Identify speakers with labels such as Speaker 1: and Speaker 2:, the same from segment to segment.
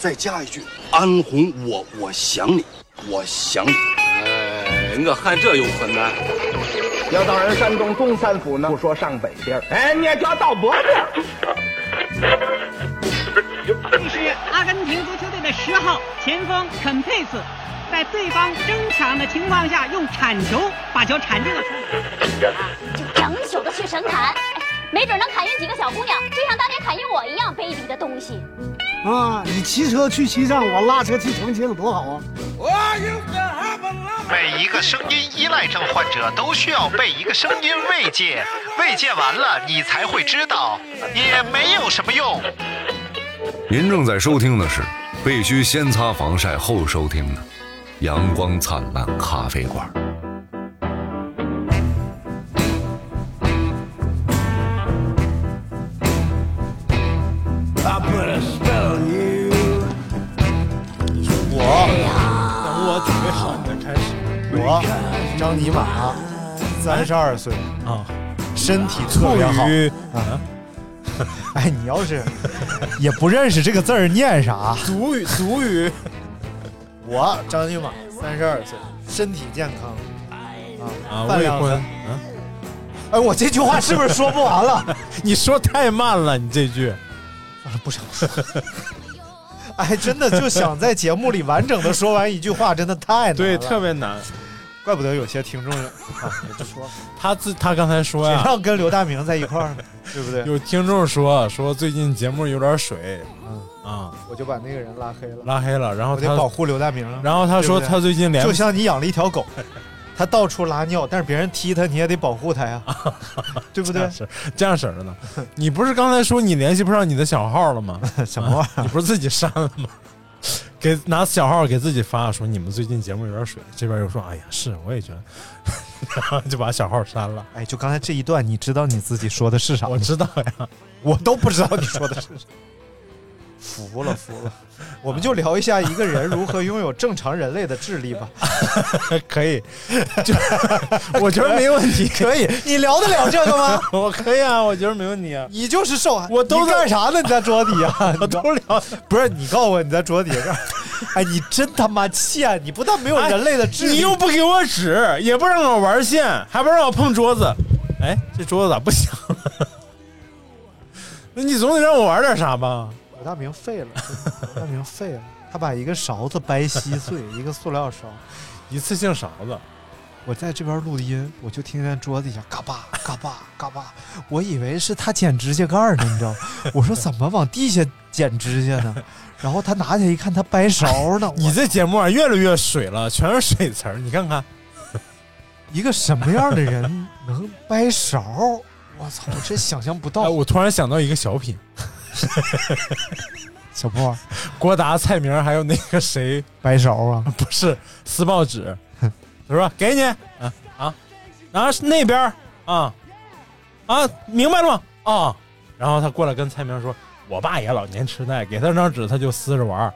Speaker 1: 再加一句：“安红，我我想你，我想你。
Speaker 2: 哎，我看这有困难。
Speaker 3: 要到人山东东三府呢，不说上北边儿，哎，你也叫到北边儿。
Speaker 4: 阿根廷足球队的十号前锋肯佩斯，在对方争抢的情况下，用铲球把球铲进了出门。
Speaker 5: 就整宿的去神砍，哎没准能砍晕几个小姑娘，就像当年砍晕我一样卑鄙的东西。
Speaker 6: 啊，你骑车去西藏，我拉车去重庆，多好啊！
Speaker 7: 每一个声音依赖症患者都需要被一个声音慰藉，慰藉完了，你才会知道，也没有什么用。
Speaker 8: 您正在收听的是必须先擦防晒后收听的《阳光灿烂咖啡馆》。
Speaker 9: 我张尼玛，三十二岁啊，身体特别好啊。 哎，你要是也不认识这个字儿念啥？俗语俗语。 我张尼玛三十二岁，身体健康啊，未婚。哎，我这句话是不是说不完了？
Speaker 10: 你说太慢了，你这句
Speaker 9: 不想说。哎，真的就想在节目里完整的说完一句话，真的太难了。
Speaker 10: 对特别难。
Speaker 9: 怪不得有些听众 啊，也不说，
Speaker 10: 他自他刚才说
Speaker 9: 谁
Speaker 10: 呀，
Speaker 9: 让跟刘大明在一块儿呢，对不对？
Speaker 10: 有听众说说最近节目有点水，啊、
Speaker 9: 我就把那个人拉黑了，
Speaker 10: 拉黑了，然后
Speaker 9: 我得保
Speaker 10: 他
Speaker 9: 护刘大明啊。
Speaker 10: 然后他说
Speaker 9: 对不对
Speaker 10: 他最近连
Speaker 9: 就像你养了一条狗， 它到处拉尿，但是别人踢它，你也得保护它 呀，对不
Speaker 10: 这
Speaker 9: 对
Speaker 10: 样？式儿啊这样式儿 的呢，你不是刚才说你联系不上你的小号了吗？
Speaker 9: 什么玩意
Speaker 10: 你不是啊自己删了吗？ 给拿小号给自己发说你们最近节目有点水，这边又说哎呀是我也觉得， 然后就把小号删了。
Speaker 9: 儿？哎，就刚才这一段，你知道你自己说的是啥吗
Speaker 10: 我？知道 呀，
Speaker 9: 我都不知道你说的是啥。服了服了，我们就聊一下一个人如何拥有正常人类的智力 吧。
Speaker 10: 可以，就 我觉得没问题，
Speaker 9: 可以， 你聊得了这个吗？
Speaker 10: 我可以啊，我觉得没问题 啊，
Speaker 9: 你就是受害，
Speaker 10: 我都
Speaker 9: 你
Speaker 10: 在
Speaker 9: 干啥呢？你在桌底下，
Speaker 10: 我都聊。
Speaker 9: 不是你告诉我你在桌底下干啥？ 哎，你真他妈欠！你不但没有人类的智力，
Speaker 10: 哎你又不给我纸，也不让我玩线，还不让我碰桌子。哎，这桌子咋不响了？ 那你总得让我玩点啥吧？
Speaker 9: 罗大明废了，罗大明废了， 他把一个勺子掰稀碎， 一个塑料勺。
Speaker 10: 一次性勺子，
Speaker 9: 我在这边录音，我就听见桌底下嘎巴嘎巴嘎巴，我以为是他剪指甲盖儿呢，你知道？ 我说怎么往地下剪指甲呢？然后他拿起来一看，他掰勺呢。
Speaker 10: 你
Speaker 9: 我
Speaker 10: 这节目啊越来越水了，全是水词儿。你看看，
Speaker 9: 一个什么样的人能掰勺？我操！我真想象不
Speaker 10: 哎，
Speaker 9: 到。
Speaker 10: 我突然想到一个小品，
Speaker 9: 小破
Speaker 10: 郭达、蔡明还有那个谁，
Speaker 9: 掰勺 啊！
Speaker 10: 不是撕报纸， 他说给你啊啊，然后是那边儿啊啊，明白了吗？啊，然后他过来跟蔡明说，我爸也老年痴呆，给他张纸他就撕着玩儿。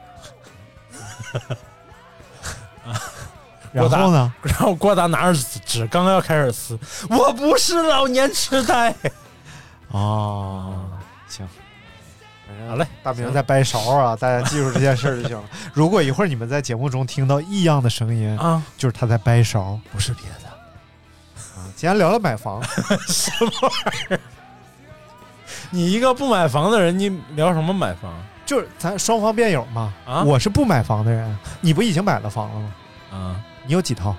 Speaker 9: 然后呢？
Speaker 10: 然后郭达拿着纸，刚刚要开始撕，我不是老年痴呆。
Speaker 9: 哦，行，
Speaker 10: 好嘞，
Speaker 9: 大明在掰勺啊， 大家记住这件事儿就行了。如果一会儿你们在节目中听到异样的声音，
Speaker 10: 啊，
Speaker 9: 就是他在掰勺。
Speaker 10: 不是别的，
Speaker 9: 今天聊聊买 房，
Speaker 10: 你一个不买房的人，你聊什么买房
Speaker 9: 就是咱双方辩友嘛。
Speaker 10: 啊
Speaker 9: 我是不买房的人，你不已经买了房了吗？
Speaker 10: 啊？
Speaker 9: 你有几套？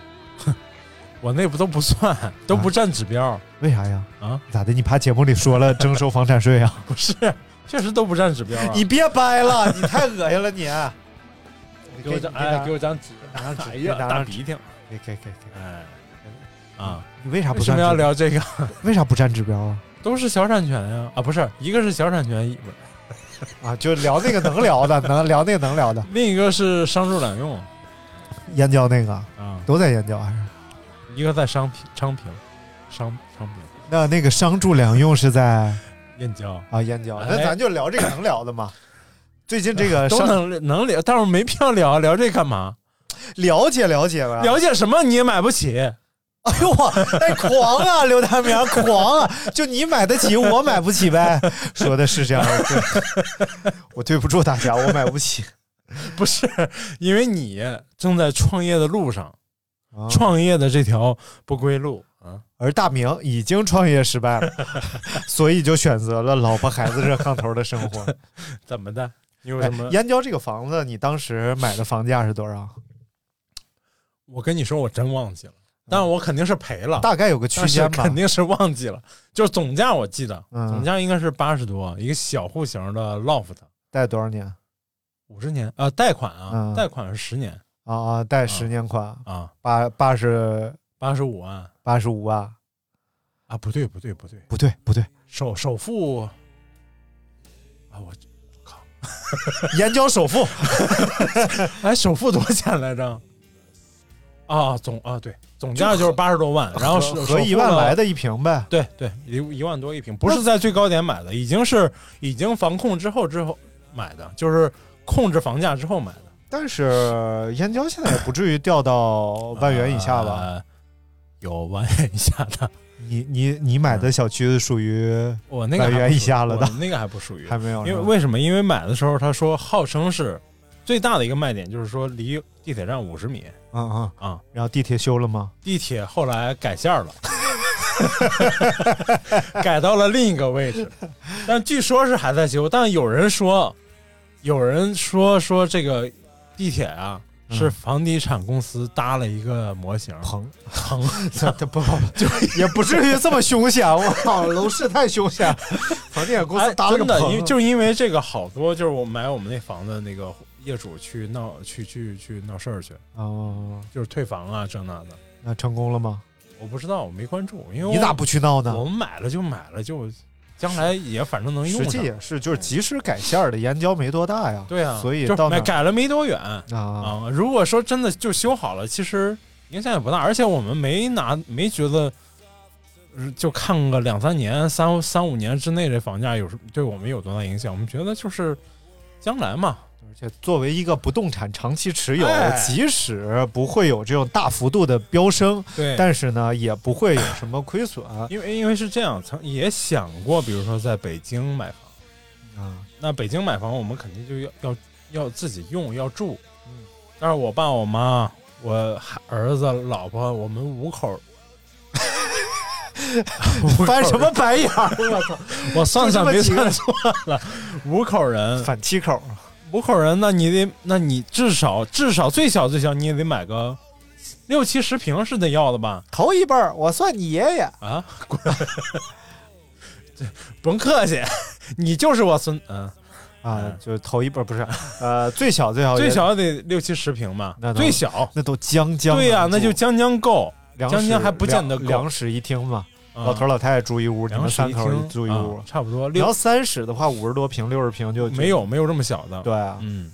Speaker 10: 我那不都不算，都不占指标。
Speaker 9: 为啥呀？
Speaker 10: 啊，
Speaker 9: 咋的？你怕节目里说 了征收房产税啊？
Speaker 10: 不是，确实都不占指标啊。
Speaker 9: 你别掰 了，你太恶心了你。啊
Speaker 10: 给我张，哎，给我张纸，
Speaker 9: 拿张纸，
Speaker 10: 哎
Speaker 9: 给
Speaker 10: 呀，
Speaker 9: 拿
Speaker 10: 大
Speaker 9: 张纸，
Speaker 10: 鼻涕，
Speaker 9: 给给给给。
Speaker 10: 哎，啊，
Speaker 9: 你为啥
Speaker 10: 为
Speaker 9: 不
Speaker 10: 什
Speaker 9: 占
Speaker 10: 么
Speaker 9: 指
Speaker 10: 要
Speaker 9: 标？
Speaker 10: 聊这个？
Speaker 9: 为啥不占指标啊？
Speaker 10: 都是小产权呀，啊，不是，一个是小产权，一
Speaker 9: 啊，就聊那个能聊 的，能聊那个能聊的，
Speaker 10: 另一个是商住两用
Speaker 9: 燕郊那个
Speaker 10: 啊，
Speaker 9: 都在燕郊还是？
Speaker 10: 一个在商平，昌平，商昌平，
Speaker 9: 那那个商住两用是在
Speaker 10: 燕郊。
Speaker 9: 啊燕郊，
Speaker 10: 哎
Speaker 9: 那咱就聊这个能聊的 嘛。最近这个
Speaker 10: 都
Speaker 9: 商
Speaker 10: 能能聊，但是没必要聊啊聊这干嘛？
Speaker 9: 了解了解吧。
Speaker 10: 了解什么你也买不起，
Speaker 9: 哎呦我哎狂 啊，刘大明狂啊！就你买得起，我 买不起呗。说的是这样的，对我对不住大家，我买不起。
Speaker 10: 不是，因为你正在创业的路上，
Speaker 9: 啊
Speaker 10: 创业的这条不归路啊。
Speaker 9: 而大明已经创业失 败了，所以就选择了老婆孩子热炕头的生 活。
Speaker 10: 怎么的？你有什么？
Speaker 9: 哎燕郊这个房子，你当时买的房价是多少？
Speaker 10: 我跟你说，我真忘记了，
Speaker 9: 嗯
Speaker 10: 但我肯定是赔了，
Speaker 9: 大概有 个区
Speaker 10: 但是
Speaker 9: 间吧。
Speaker 10: 肯定是忘记了。就是总价我记得，
Speaker 9: 嗯
Speaker 10: 总价应该是八十多，一个小户型的 loft，
Speaker 9: 贷多少年？
Speaker 10: 五十年啊、呃贷款啊，
Speaker 9: 嗯
Speaker 10: 贷款是十年
Speaker 9: 啊啊，贷十年款，
Speaker 10: 啊，
Speaker 9: 八八十
Speaker 10: 八十五万
Speaker 9: 八十五万？
Speaker 10: 啊，不对不对不对，
Speaker 9: 不对不对，
Speaker 10: 首首付啊，我
Speaker 9: 燕郊首付
Speaker 10: 哎，首付多少钱来着？啊，总啊对，总价就是八十多万，然后是
Speaker 9: 合合一万来
Speaker 10: 的，
Speaker 9: 的一平呗。
Speaker 10: 对对，一一万多一平，不是在最高点买的，已经是已经防控之后之后买的，就是控制房价之后买的，
Speaker 9: 但是燕郊现在也不至于掉 到万元以下吧？
Speaker 10: 呃有万元以下的，
Speaker 9: 你你你买
Speaker 10: 嗯
Speaker 9: 的小区属于
Speaker 10: 我那个还不
Speaker 9: 万元以下了的
Speaker 10: 属于我那个还不属于，
Speaker 9: 还没有
Speaker 10: 因为
Speaker 9: 是吧
Speaker 10: 为什么？因为买的时候他说号称是最大的一个卖点，就是说离地铁站五十米
Speaker 9: 嗯嗯，
Speaker 10: 啊。
Speaker 9: 然后地铁修了吗？
Speaker 10: 地铁后来改线了，改到了另一个位置，但据说是还在修。但有人说，有人说说这个地铁啊。
Speaker 9: 嗯
Speaker 10: 是房地产公司搭了一个模型，
Speaker 9: 棚
Speaker 10: 棚
Speaker 9: 这这 不就也不至于这么凶险，我靠，楼市太凶险， 房地产公司
Speaker 10: 哎，
Speaker 9: 搭了个
Speaker 10: 真的，
Speaker 9: 棚，啊
Speaker 10: 因为就是因为这个，好多就是我买我们那房子那个业主去闹去去去闹事儿去，
Speaker 9: 哦，
Speaker 10: 就是退房啊这那的，
Speaker 9: 那成功了吗？
Speaker 10: 我不知道，我没关注，因为
Speaker 9: 你咋不去闹呢
Speaker 10: 我？们买了就买了，就将来也反正能用
Speaker 9: 实际
Speaker 10: 上。
Speaker 9: 也是，就是即使改线儿的燕郊没多大呀，
Speaker 10: 对啊，
Speaker 9: 所以
Speaker 10: 就
Speaker 9: 到
Speaker 10: 买
Speaker 9: 那
Speaker 10: 改了没多远
Speaker 9: 啊，
Speaker 10: 啊。如果说真的就修好了，其实影响也不大，而且我们没拿没觉得。呃就看个两三年、三三五年之内，这房价有什对我们有多大影响？我们觉得就是将来嘛，
Speaker 9: 而且作为一个不动产长期持有
Speaker 10: 哎，
Speaker 9: 即使不会有这种大幅度的飙升，
Speaker 10: 对。
Speaker 9: 但是呢，也不会有什么亏损啊。
Speaker 10: 因为因为是这样，曾也想过，比如说在北京买房。
Speaker 9: 啊
Speaker 10: 那北京买房，我们肯定就要要要自己用，要住。
Speaker 9: 嗯，
Speaker 10: 但是我爸、我妈、我孩儿子、老婆，我们五口儿。五口人
Speaker 9: 翻什么？白眼 儿？我操！
Speaker 10: 我算算
Speaker 9: 就
Speaker 10: 没
Speaker 9: 这么
Speaker 10: 算错了，五口人，
Speaker 9: 反七口，啊
Speaker 10: 五口人，那你得，那你至少至少最小最小你也得买个六七十平是得要的吧？
Speaker 9: 头一辈儿我算你爷爷。
Speaker 10: 啊， 滚！这甭客气，你就是我孙，嗯、
Speaker 9: 啊
Speaker 10: 嗯，
Speaker 9: 就是头一辈儿不是，呃，最小最小
Speaker 10: 最
Speaker 9: 也
Speaker 10: 小也得六七十平吧
Speaker 9: 那，倒
Speaker 10: 最小。
Speaker 9: 那都将将啊
Speaker 10: 对呀、
Speaker 9: 呀，
Speaker 10: 那就将将够。
Speaker 9: 两
Speaker 10: 将将
Speaker 9: 室
Speaker 10: 还不见得
Speaker 9: 两
Speaker 10: 够
Speaker 9: 两室一厅嘛，
Speaker 10: 啊
Speaker 9: 老头儿老太太住一屋，你
Speaker 10: 两
Speaker 9: 们
Speaker 10: 室
Speaker 9: 三
Speaker 10: 一
Speaker 9: 口
Speaker 10: 厅
Speaker 9: 儿住一屋
Speaker 10: 啊。差不多
Speaker 9: 你要
Speaker 10: 六
Speaker 9: 三室的话，五十多平、六十平就
Speaker 10: 没。有没有这么小的。
Speaker 9: 就对，啊，
Speaker 10: 嗯，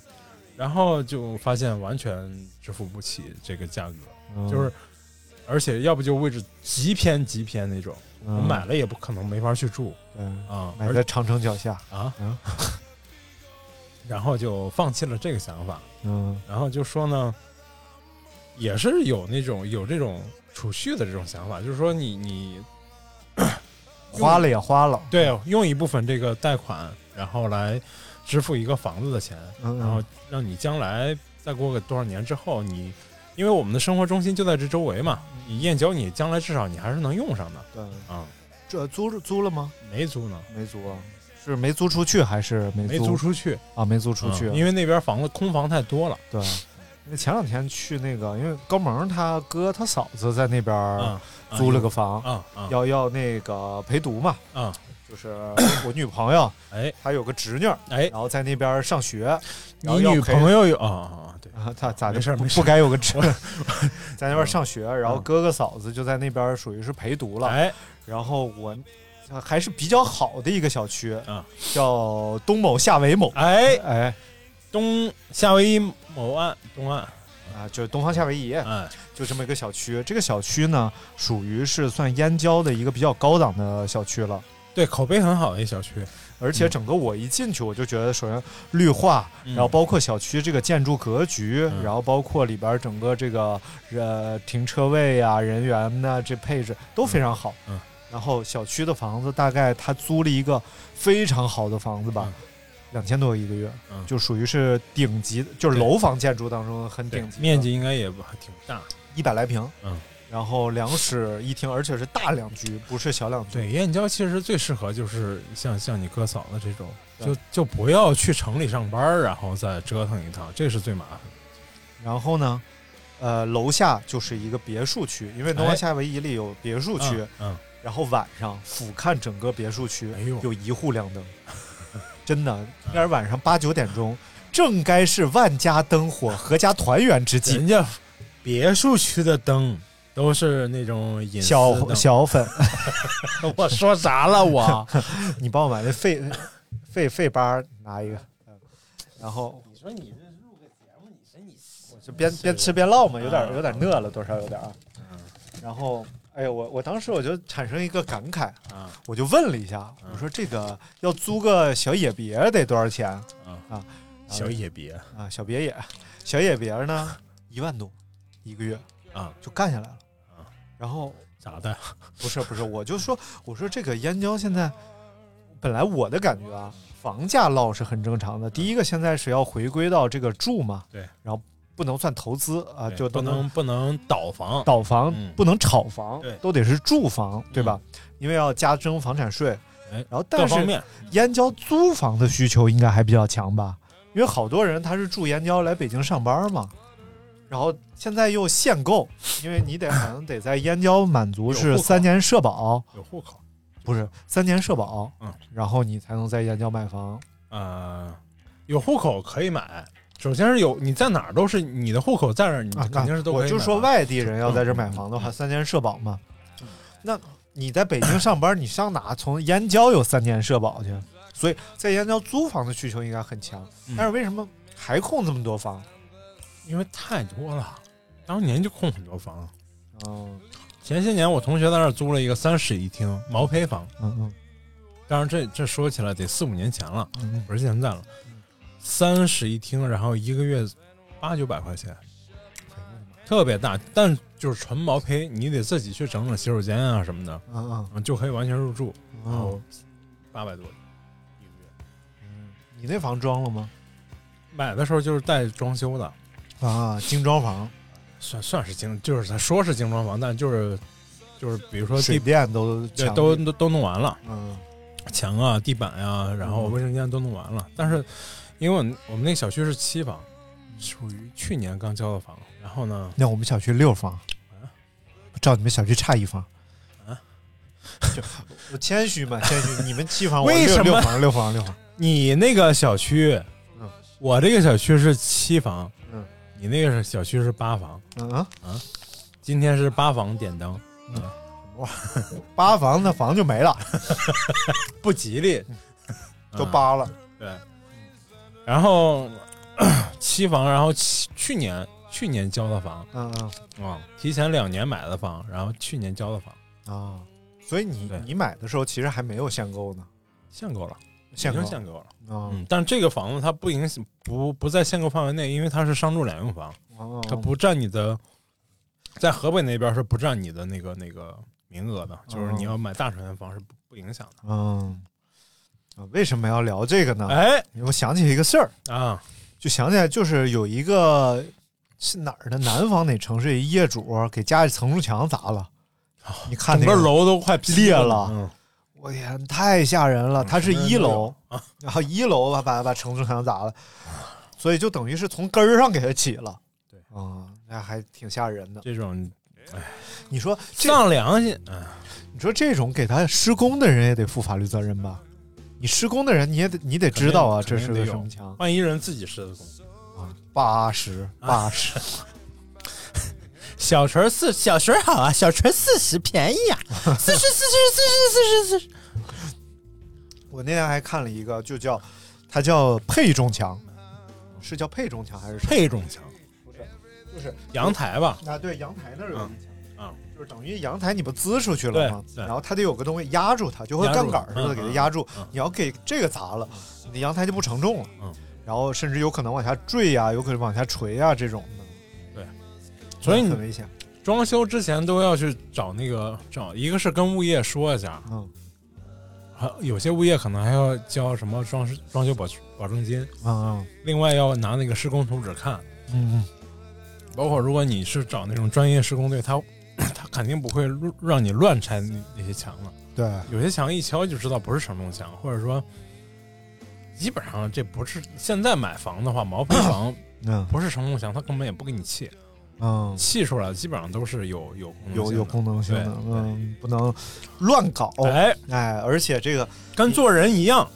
Speaker 10: 然后就发现完全支付不起这个价格，
Speaker 9: 嗯
Speaker 10: 就是而且要不就位置极偏极偏那种，我
Speaker 9: 嗯
Speaker 10: 买了也不可能没法去住
Speaker 9: 对
Speaker 10: 啊，
Speaker 9: 买
Speaker 10: 而
Speaker 9: 在长城脚下，
Speaker 10: 啊
Speaker 9: 嗯，
Speaker 10: 然后就放弃了这个想法，
Speaker 9: 嗯
Speaker 10: 然后就说呢，也是有那种有这种储蓄的这种想法，就是说你你
Speaker 9: 花了也花了，
Speaker 10: 对，用一部分这个贷款，然后来支付一个房子的钱，
Speaker 9: 嗯，嗯
Speaker 10: 然后让你将来再过个多少年之后，你因为我们的生活中心就在这周围嘛，
Speaker 9: 嗯
Speaker 10: 你燕郊你将来至少你还是能用上的
Speaker 9: 对，
Speaker 10: 啊、
Speaker 9: 这租租了吗？
Speaker 10: 没租呢，
Speaker 9: 没租啊，是没租出去还是没
Speaker 10: 没
Speaker 9: 租
Speaker 10: 租出去，
Speaker 9: 啊？没租出去，
Speaker 10: 嗯因为那边房子空房太多了，
Speaker 9: 对。因为前两天去那个，因为高萌他哥他嫂子在那边儿
Speaker 10: 啊，
Speaker 9: 租了个房，
Speaker 10: 啊啊
Speaker 9: 要要那个陪读嘛，
Speaker 10: 啊，
Speaker 9: 就是呃我女朋友，
Speaker 10: 哎
Speaker 9: 她有个侄女儿，
Speaker 10: 哎，
Speaker 9: 然后在那边儿上学，然
Speaker 10: 你
Speaker 9: 后要
Speaker 10: 女
Speaker 9: 陪
Speaker 10: 朋友有啊啊啊对。
Speaker 9: 啊， 咋咋的？
Speaker 10: 没事儿
Speaker 9: 不
Speaker 10: 没事
Speaker 9: 不
Speaker 10: 儿
Speaker 9: 该有个侄， 在那边儿上学，然后
Speaker 10: 嗯
Speaker 9: 哥哥嫂子就在那边儿属于是陪读了，
Speaker 10: 哎，
Speaker 9: 然后我呃还是比较好的一个小区，
Speaker 10: 啊
Speaker 9: 叫东某夏维某，
Speaker 10: 哎，
Speaker 9: 哎
Speaker 10: 东夏威夷某岸东岸，
Speaker 9: 啊，就是东方夏威夷，
Speaker 10: 哎，
Speaker 9: 就这么一个小区。这个小区呢，属于是算燕郊的一个比较高档的小区了。
Speaker 10: 对，口碑很好的一哎小区，
Speaker 9: 而且整个我一进去，我就觉得，首先绿化，
Speaker 10: 嗯
Speaker 9: 然后包括小区这个建筑格局，
Speaker 10: 嗯
Speaker 9: 然后包括里边整个这个呃停车位啊、人员呐、这配置都非常好。
Speaker 10: 嗯嗯
Speaker 9: 然后小区的房子大概他租了一个非常好的房子吧，
Speaker 10: 嗯
Speaker 9: 两千多一个月，
Speaker 10: 嗯
Speaker 9: 就属于是顶级，就是楼房建筑当中很顶级，
Speaker 10: 面积应该也不还挺大。
Speaker 9: 一百来平，
Speaker 10: 嗯，
Speaker 9: 然后两室一厅，而且是大两居，不是小两居。
Speaker 10: 对，燕郊其实最适合就是像像你哥嫂子这种，
Speaker 9: 对
Speaker 10: 就就不要去城里上班，然后再折腾一趟，这是最麻烦的。
Speaker 9: 然后呢，呃，楼下就是一个别墅区，因为东方夏威夷里有别墅区，
Speaker 10: 哎嗯，
Speaker 9: 然后晚上俯瞰整个别墅区，
Speaker 10: 哎呦
Speaker 9: 有一户亮灯， 真 的，那是晚上八九点钟，正该是万家灯火、合家团圆之
Speaker 10: 人
Speaker 9: 际。
Speaker 10: 家别墅区的灯都是那种隐私
Speaker 9: 小
Speaker 10: 灯，
Speaker 9: 小粉，
Speaker 10: 我说啥了我？
Speaker 9: 你帮我把那费费费八拿一个，嗯然后
Speaker 10: 你说你这录个节目，你说你
Speaker 9: 就边边吃边唠嘛，有
Speaker 10: 嗯
Speaker 9: 点有点饿了，多少有点啊。然后，哎呦，我我当时我就产生一个感慨，
Speaker 10: 啊，
Speaker 9: 我就问了一下，我说这个要租个小野别得多少钱啊？
Speaker 10: 嗯小野别
Speaker 9: 啊，小别野，小野别呢，一万多一个月
Speaker 10: 啊
Speaker 9: 就干下来了
Speaker 10: 啊。
Speaker 9: 然后
Speaker 10: 咋的？
Speaker 9: 不是不是，我就说我说这个燕郊现在，本来我的感觉啊，房价落是很正常的。第一个现在是要回归到这个住嘛，
Speaker 10: 对，
Speaker 9: 然后不能算投资啊，
Speaker 10: 对
Speaker 9: 就
Speaker 10: 不
Speaker 9: 都
Speaker 10: 能不能倒房，
Speaker 9: 倒房
Speaker 10: 嗯
Speaker 9: 不能炒房
Speaker 10: 对，嗯
Speaker 9: 都得是住房，对吧？因为要加征房产税。
Speaker 10: 哎
Speaker 9: 然后
Speaker 10: 各
Speaker 9: 但
Speaker 10: 方
Speaker 9: 是
Speaker 10: 面
Speaker 9: 燕郊租房的需求应该还比较强吧？因为好多人他是住燕郊来北京上班嘛，然后现在又限购，因为你得好像得在燕郊满足
Speaker 10: 有
Speaker 9: 是
Speaker 10: 户口
Speaker 9: 三年社保，
Speaker 10: 有户口
Speaker 9: 不是三年社保，
Speaker 10: 嗯，
Speaker 9: 然后你才能在燕郊买房。
Speaker 10: 啊，有户口可以买。首先是有你在哪儿都是你的户口在那儿，你
Speaker 9: 啊，
Speaker 10: 肯定是都可以
Speaker 9: 我
Speaker 10: 买
Speaker 9: 就
Speaker 10: 房。嗯
Speaker 9: 说外地人要在这儿买房的话，三年社保嘛。那你在北京上班，你上哪从燕郊有三年社保去？所以在燕郊租房的需求应该很强，
Speaker 10: 嗯
Speaker 9: 但是为什么还空这么多房？
Speaker 10: 因为太多了，当年就空很多房。
Speaker 9: 嗯
Speaker 10: 前些年我同学在那儿租了一个三室一厅毛坯房，
Speaker 9: 嗯嗯
Speaker 10: 当然这这说起来得四五年前了，
Speaker 9: 嗯嗯，
Speaker 10: 不是现在了。三室一厅，然后一个月八九百块钱，特别大，但就是纯毛坯，你得自己去整整洗手间啊什么的，
Speaker 9: 嗯嗯
Speaker 10: 嗯就可以完全入住，然后
Speaker 9: 嗯，
Speaker 10: 八百多一个月。
Speaker 9: 你那房装了吗？
Speaker 10: 买的时候就是带装修的，
Speaker 9: 啊，精装房，
Speaker 10: 算算是精，就是咱说是精装房，但就是就是比如说
Speaker 9: 水
Speaker 10: 地
Speaker 9: 电都
Speaker 10: 对
Speaker 9: 强
Speaker 10: 都
Speaker 9: 力
Speaker 10: 都都弄完了。
Speaker 9: 嗯
Speaker 10: 墙啊、地板呀、然后卫生间都弄完了。但是，因为我们我们那个小区是期房，属于去年刚交的房。然后呢，
Speaker 9: 那我们小区六房，照你们小区差一房。
Speaker 10: 啊
Speaker 9: 就我谦虚嘛，谦虚。你们七房，我
Speaker 10: 为
Speaker 9: 六
Speaker 10: 什么
Speaker 9: 六房，六房，六房。
Speaker 10: 你那个小区，
Speaker 9: 嗯
Speaker 10: 我这个小区是期房，
Speaker 9: 嗯，
Speaker 10: 你那个小区是八房。
Speaker 9: 嗯啊，
Speaker 10: 今天是八房点灯，
Speaker 9: 八房那房就没了，
Speaker 10: 不吉利，
Speaker 9: 都
Speaker 10: 嗯
Speaker 9: 扒了。
Speaker 10: 对。然后 期房，然后去去年去年交的房
Speaker 9: 嗯嗯
Speaker 10: 啊、提前两年买的房，然后去年交的房，
Speaker 9: 啊，所以你
Speaker 10: 对
Speaker 9: 你买的时候其实还没有限购呢，
Speaker 10: 限购了，
Speaker 9: 限
Speaker 10: 已
Speaker 9: 购
Speaker 10: 经限购了。
Speaker 9: 啊，
Speaker 10: 嗯，但这个房子它不影响，不不在限购范围内，因为它是商住两用房，
Speaker 9: 哦
Speaker 10: 它不占你的，在河北那边是不占你的那个那个名额的，就是
Speaker 9: 哦
Speaker 10: 你要买大船的房是不不影响的。
Speaker 9: 嗯啊，为什么要聊这个呢？
Speaker 10: 哎
Speaker 9: 我想起一个事儿，
Speaker 10: 啊，
Speaker 9: 就想起来就是有一个是哪儿的南方哪城市一业主给家里承重墙砸了，你看
Speaker 10: 哦整
Speaker 9: 那个，
Speaker 10: 个楼都快劈
Speaker 9: 裂
Speaker 10: 了
Speaker 9: 了，
Speaker 10: 嗯
Speaker 9: 我天，太吓人了！他是一楼，然后一楼把把把承重墙砸了，所以就等于是从根儿上给他起了。
Speaker 10: 对
Speaker 9: 啊，那还挺吓人的。
Speaker 10: 这种
Speaker 9: 你说这
Speaker 10: 丧良心，哎
Speaker 9: 你说这种给他施工的人也得负法律责任吧？你施工的人你也得你得知道啊，这
Speaker 10: 肯
Speaker 9: 是
Speaker 10: 定肯定
Speaker 9: 个
Speaker 10: 得有
Speaker 9: 什么墙
Speaker 10: 万一人自己施的工，
Speaker 9: 啊？八十
Speaker 10: 啊
Speaker 9: 八 十，
Speaker 10: 小锤四小锤好啊，小锤四十便宜啊，四十四十四十四十 四十，
Speaker 9: 我那天还看了一个，就叫它叫配重墙，是叫配重墙还是什么？
Speaker 10: 嗯配重墙
Speaker 9: 就是
Speaker 10: 阳台吧，
Speaker 9: 啊，对，阳台那儿有一墙。
Speaker 10: 嗯
Speaker 9: 就是等于阳台你不滋出去了吗？
Speaker 10: 对对
Speaker 9: 然后它得有个东西压住它，就和
Speaker 10: 压住
Speaker 9: 杠杆似的
Speaker 10: 嗯
Speaker 9: 给它压住。
Speaker 10: 嗯
Speaker 9: 你要给这个砸了，你的阳台就不承重了。
Speaker 10: 嗯
Speaker 9: 然后甚至有可能往下坠呀、有可能往下垂呀、这种的，
Speaker 10: 所以你
Speaker 9: 很危险。
Speaker 10: 装修之前都要去找那个找，一个是跟物业说一下，
Speaker 9: 嗯，
Speaker 10: 还有些物业可能还要交什么装饰装修保保证金，
Speaker 9: 啊，
Speaker 10: 另外要拿那个施工图纸看，
Speaker 9: 嗯
Speaker 10: 包括如果你是找那种专业施工队，他 他肯定不会让你乱拆那那些墙了。
Speaker 9: 嗯，对，
Speaker 10: 有些墙一敲就知道不是承重墙，或者说，基本上这不是现在买房的话，毛坯 房
Speaker 9: 嗯
Speaker 10: 不是承重墙，他根本也不给你砌，
Speaker 9: 嗯，
Speaker 10: 砌出来基本上都是有有功能
Speaker 9: 有
Speaker 10: 性
Speaker 9: 有
Speaker 10: 的
Speaker 9: 功能性的，
Speaker 10: 对
Speaker 9: 嗯，不能乱搞，
Speaker 10: 哎，
Speaker 9: 哎，而且这个，
Speaker 10: 跟做人一样，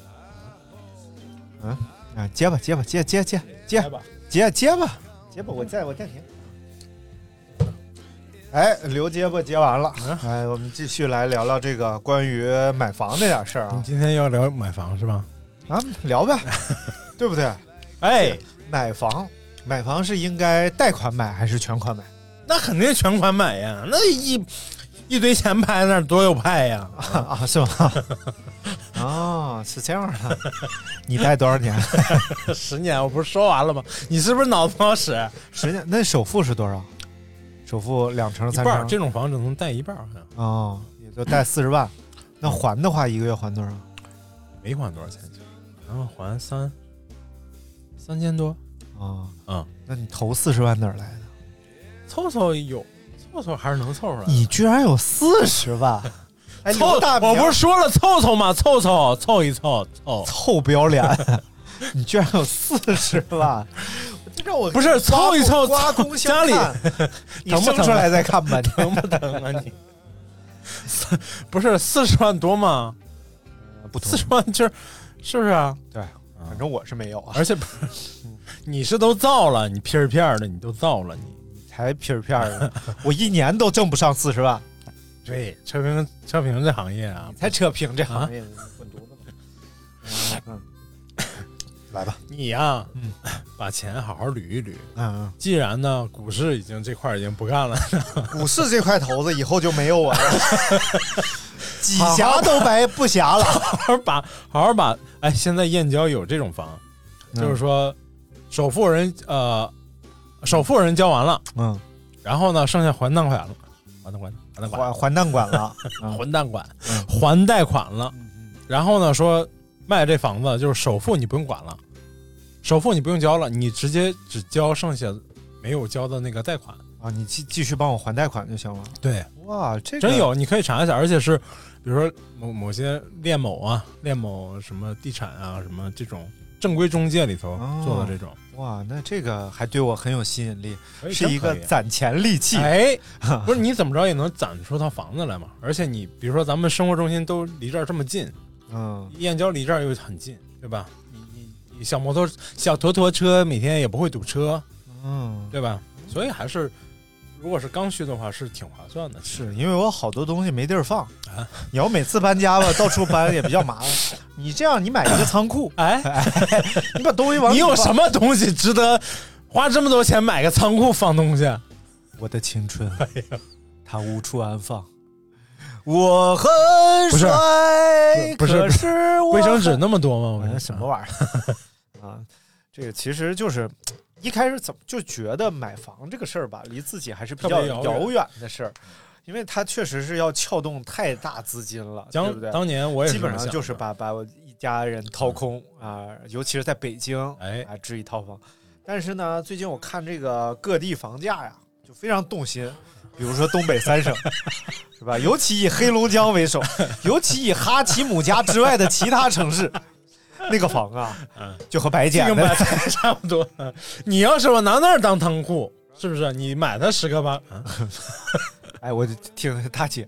Speaker 9: 哎，接吧接吧接接接接
Speaker 10: 嗯来吧，
Speaker 9: 接接吧接吧，我再我暂停。哎，留结巴结完了，哎，我们继续来聊聊这个关于买房这点事儿
Speaker 10: 你
Speaker 9: 啊，
Speaker 10: 今天要聊买房是吧？
Speaker 9: 啊，聊 呗，对不对？
Speaker 10: 哎，
Speaker 9: 买房，买房是应该贷款买还是全款买？
Speaker 10: 那肯定全款买呀，那一一堆钱拍那儿多有派呀！
Speaker 9: 啊，是吗？ 哦，是这样的。你贷多少年？
Speaker 10: 十年我不是说完了吗？你是不是脑子不好使？
Speaker 9: 十年？那首付是多少？首付两成、
Speaker 10: 一
Speaker 9: 三
Speaker 10: 半儿
Speaker 9: 成？
Speaker 10: 这种房只能贷一半儿，好像
Speaker 9: 哦，也就贷四十万。那还的话，一个月还多少？
Speaker 10: 没还多少钱，然后还三三千多，
Speaker 9: 哦，
Speaker 10: 嗯，
Speaker 9: 那你投四十万哪儿来的？
Speaker 10: 凑凑有，凑凑还是能凑出来的。
Speaker 9: 你居然有四十万？ 哎，
Speaker 10: 凑
Speaker 9: 刘，大明
Speaker 10: 我不 是说了凑凑吗？凑凑凑一凑凑，
Speaker 9: 臭不要脸， 你居然有四十万？ 这让我
Speaker 10: 不是凑一凑
Speaker 9: 刮目刮目
Speaker 10: 家里
Speaker 9: 相 看你
Speaker 10: 疼不
Speaker 9: 生
Speaker 10: 疼
Speaker 9: 出来再看吧，你
Speaker 10: 疼不疼啊你？四 不是四十万多吗？
Speaker 9: 不
Speaker 10: 四十万就是是不是啊？
Speaker 9: 对，反正我是没有啊，
Speaker 10: 而且不是 你是都造了，你片儿片儿的，你都造了，你
Speaker 9: 才皮儿片儿的， 我一年都挣不上四十万，
Speaker 10: 对车评车评这行业啊，
Speaker 9: 才扯平这行业混犊 子嗯嘛。来吧，
Speaker 10: 啊你呀、
Speaker 9: 嗯
Speaker 10: 把钱好好捋一捋。
Speaker 9: 嗯，
Speaker 10: 既然呢，股市已经这块儿已经不干了，
Speaker 9: 股市这块头子以后就没有我 了，几侠都白不侠了。
Speaker 10: 好好把好好把，哎，现在燕郊有这种房，就是说首付人呃，首付人交完了，
Speaker 9: 嗯，
Speaker 10: 然后呢，剩下还贷款了，还贷款，还贷款，
Speaker 9: 还还贷款了，
Speaker 10: 还贷款，
Speaker 9: 嗯
Speaker 10: 还贷款了，然后呢，说卖这房子就是首付你不用管了，首付你不用交了，你直接只交剩下没有交的那个贷款。
Speaker 9: 啊，你继继续帮我还贷款就行了。
Speaker 10: 对，
Speaker 9: 哇，这个
Speaker 10: 真有，你可以查一下，而且是比如说某某些链某啊、链某什么地产啊、什么这种正规中介里头
Speaker 9: 哦
Speaker 10: 做的这种，
Speaker 9: 哇，那这个还对我很有吸引力，
Speaker 10: 可以
Speaker 9: 是一个
Speaker 10: 真可以
Speaker 9: 攒钱利器。
Speaker 10: 哎，不是你怎么着也能攒出套房子来嘛？而且你比如说咱们生活中心都离这儿这么近，
Speaker 9: 嗯，
Speaker 10: 燕郊离这儿又很近，对吧？你你你小摩托小坨坨车每天也不会堵车，
Speaker 9: 嗯，
Speaker 10: 对吧？所以还是如果是刚需的话，是挺划算的。，
Speaker 9: 是因为我好多东西没地儿放你要每次搬家吧，到处搬也比较麻烦。你这样，你买一个仓库
Speaker 10: 哎，
Speaker 9: 你把东西往
Speaker 10: 你
Speaker 9: 里
Speaker 10: 有
Speaker 9: 放
Speaker 10: 什？么东西值得花这么多钱买个仓库放东西？
Speaker 9: 我的青春，
Speaker 10: 哎
Speaker 9: 它无处安放。我很
Speaker 10: 不是
Speaker 9: 帅，
Speaker 10: 不是
Speaker 9: 可是我
Speaker 10: 卫生纸那么多吗？我跟
Speaker 9: 哎
Speaker 10: 你
Speaker 9: 什么玩意儿 啊？这个其实就是一开始怎么就觉得买房这个事儿吧，离自己还是比
Speaker 10: 特
Speaker 9: 较
Speaker 10: 别遥远
Speaker 9: 遥远的事儿，因为它确实是要撬动太大资金了，对不
Speaker 10: 讲
Speaker 9: 对？
Speaker 10: 当年我也
Speaker 9: 基本上
Speaker 10: 这么想的嗯
Speaker 9: 就是把把我一家人掏空啊、尤其是在北京
Speaker 10: 哎
Speaker 9: 啊置一套房。但是呢，最近我看这个各地房价呀，就非常动心。比如说东北三省， 是吧？尤其以黑龙江为首，尤其以哈齐姆家之外的其他城市，那个房啊，
Speaker 10: 嗯
Speaker 9: 就和白捡
Speaker 10: 这个买
Speaker 9: 的
Speaker 10: 菜 差不多。你要是我拿那儿当仓库，是不是？你买它十个八，啊
Speaker 9: 哎，我就听大姐，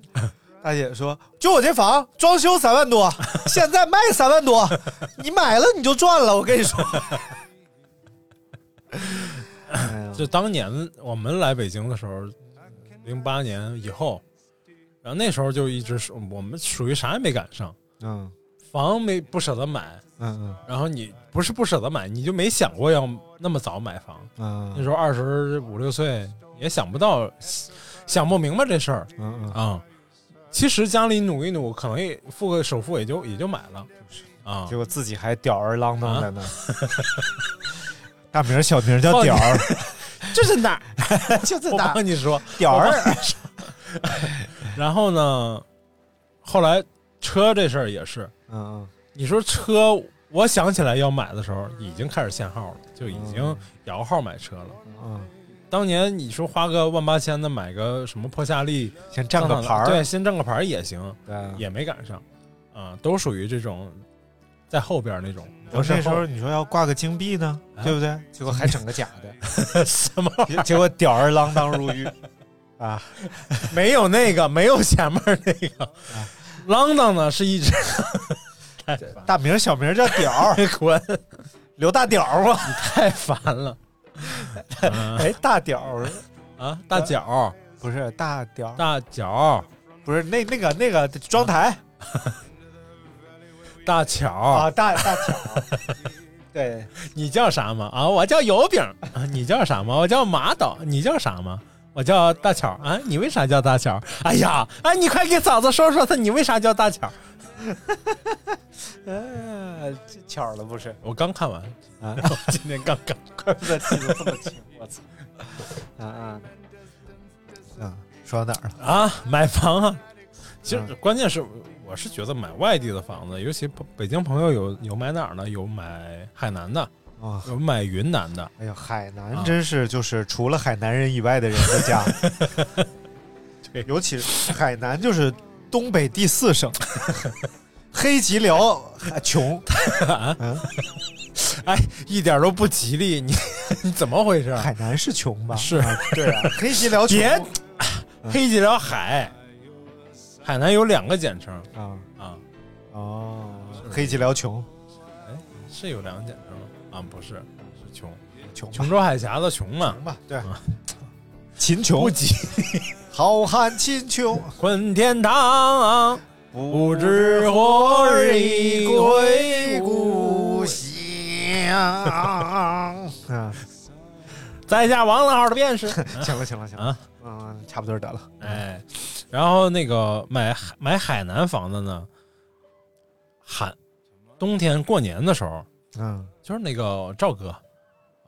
Speaker 9: 大姐说，就我这房装修三万多，现在卖三万多，你买了你就赚了，我跟你说。 哎呀，
Speaker 10: 就当年我们来北京的时候，零八年以后，然后那时候就一直是我们属于啥也没赶上，
Speaker 9: 嗯
Speaker 10: 房没不舍得买，
Speaker 9: 嗯
Speaker 10: 然后你不是不舍得买，你就没想过要那么早买房。
Speaker 9: 嗯嗯
Speaker 10: 那时候二十五六岁，也想不到，想不明白这事儿
Speaker 9: 嗯
Speaker 10: 啊、其实家里努一努，可能也付个首付也就也就买了啊。
Speaker 9: 结果自己还吊儿郎当在那儿。 大名儿小名儿叫屌儿，
Speaker 10: 这是哪儿？
Speaker 9: 就是
Speaker 10: 我帮你说，
Speaker 9: 屌
Speaker 10: 我
Speaker 9: 儿
Speaker 10: 帮你说。然后呢，后来车这事儿也是，
Speaker 9: 嗯
Speaker 10: 你说车，我想起来要买的时候，已经开始限号了，就已经摇号买车了。
Speaker 9: 嗯，
Speaker 10: 当年你说花个万八千的买个什么破夏利，
Speaker 9: 先占个牌儿
Speaker 10: 对，先占个牌儿也行，
Speaker 9: 对啊
Speaker 10: 也没赶上，啊、都属于这种在后边那种。
Speaker 9: 我
Speaker 10: 是
Speaker 9: 那时候你说要挂个金币呢，对不对？结果还整个假
Speaker 10: 的， 什么玩意儿？
Speaker 9: 结果吊儿郎当入狱啊！
Speaker 10: 没有那个，没有前面那个，
Speaker 9: 啊
Speaker 10: 啷当呢是一直
Speaker 9: 大名小名叫屌儿
Speaker 10: 滚，
Speaker 9: 刘大屌儿嘛，
Speaker 10: 你太烦了。嗯
Speaker 9: 哎，大屌儿
Speaker 10: 啊，大脚
Speaker 9: 不是大屌儿，
Speaker 10: 大脚
Speaker 9: 不是那那个那个妆台
Speaker 10: 大巧
Speaker 9: 啊，大大屌儿， 对，
Speaker 10: 你叫啥嘛？啊，我叫油饼。啊，你叫啥嘛？我叫马导。你叫啥嘛？我叫大巧啊，你为啥叫大巧？哎呀，哎，你快给嫂子说说她，你为啥叫大巧？
Speaker 9: 呃，这巧儿了不是？
Speaker 10: 我刚看完，
Speaker 9: 啊
Speaker 10: 我今天刚看。
Speaker 9: 怪不得记得这么清，我操！啊啊啊！说到哪儿了？
Speaker 10: 啊，买房啊！其实关键是，我是觉得买外地的房子，尤其朋北京朋友有有买哪儿呢？有买海南的，
Speaker 9: 啊
Speaker 10: 有买云南的，
Speaker 9: 哎呦，海南真是就是除了海南人以外的人的 家，
Speaker 10: 对
Speaker 9: 尤其是海南就是东北第四 省，黑吉辽还穷，嗯，
Speaker 10: 哎，一点都不吉利。 你你怎么回事？
Speaker 9: 海南是穷吧？
Speaker 10: 是
Speaker 9: 啊对 啊，黑吉辽穷
Speaker 10: 别黑吉辽海，海南有两个简称
Speaker 9: 啊
Speaker 10: 啊，
Speaker 9: 哦，黑吉辽穷
Speaker 10: 是有两个简称吗？啊，不是，是穷，
Speaker 9: 穷吧
Speaker 10: 琼州海峡的穷嘛，
Speaker 9: 穷吧？对
Speaker 10: 啊，
Speaker 9: 秦琼
Speaker 10: 不吉
Speaker 9: 好汉秦琼，
Speaker 10: 混天堂，啊不知何日归故
Speaker 9: 乡。啊，
Speaker 10: 在下王老二 的便是。
Speaker 9: 行了行了行了
Speaker 10: 啊，
Speaker 9: 嗯，差不多得了。
Speaker 10: 哎，然后那个买海买海南房子呢，寒冬天过年的时候，
Speaker 9: 嗯，
Speaker 10: 就是那个赵哥啊，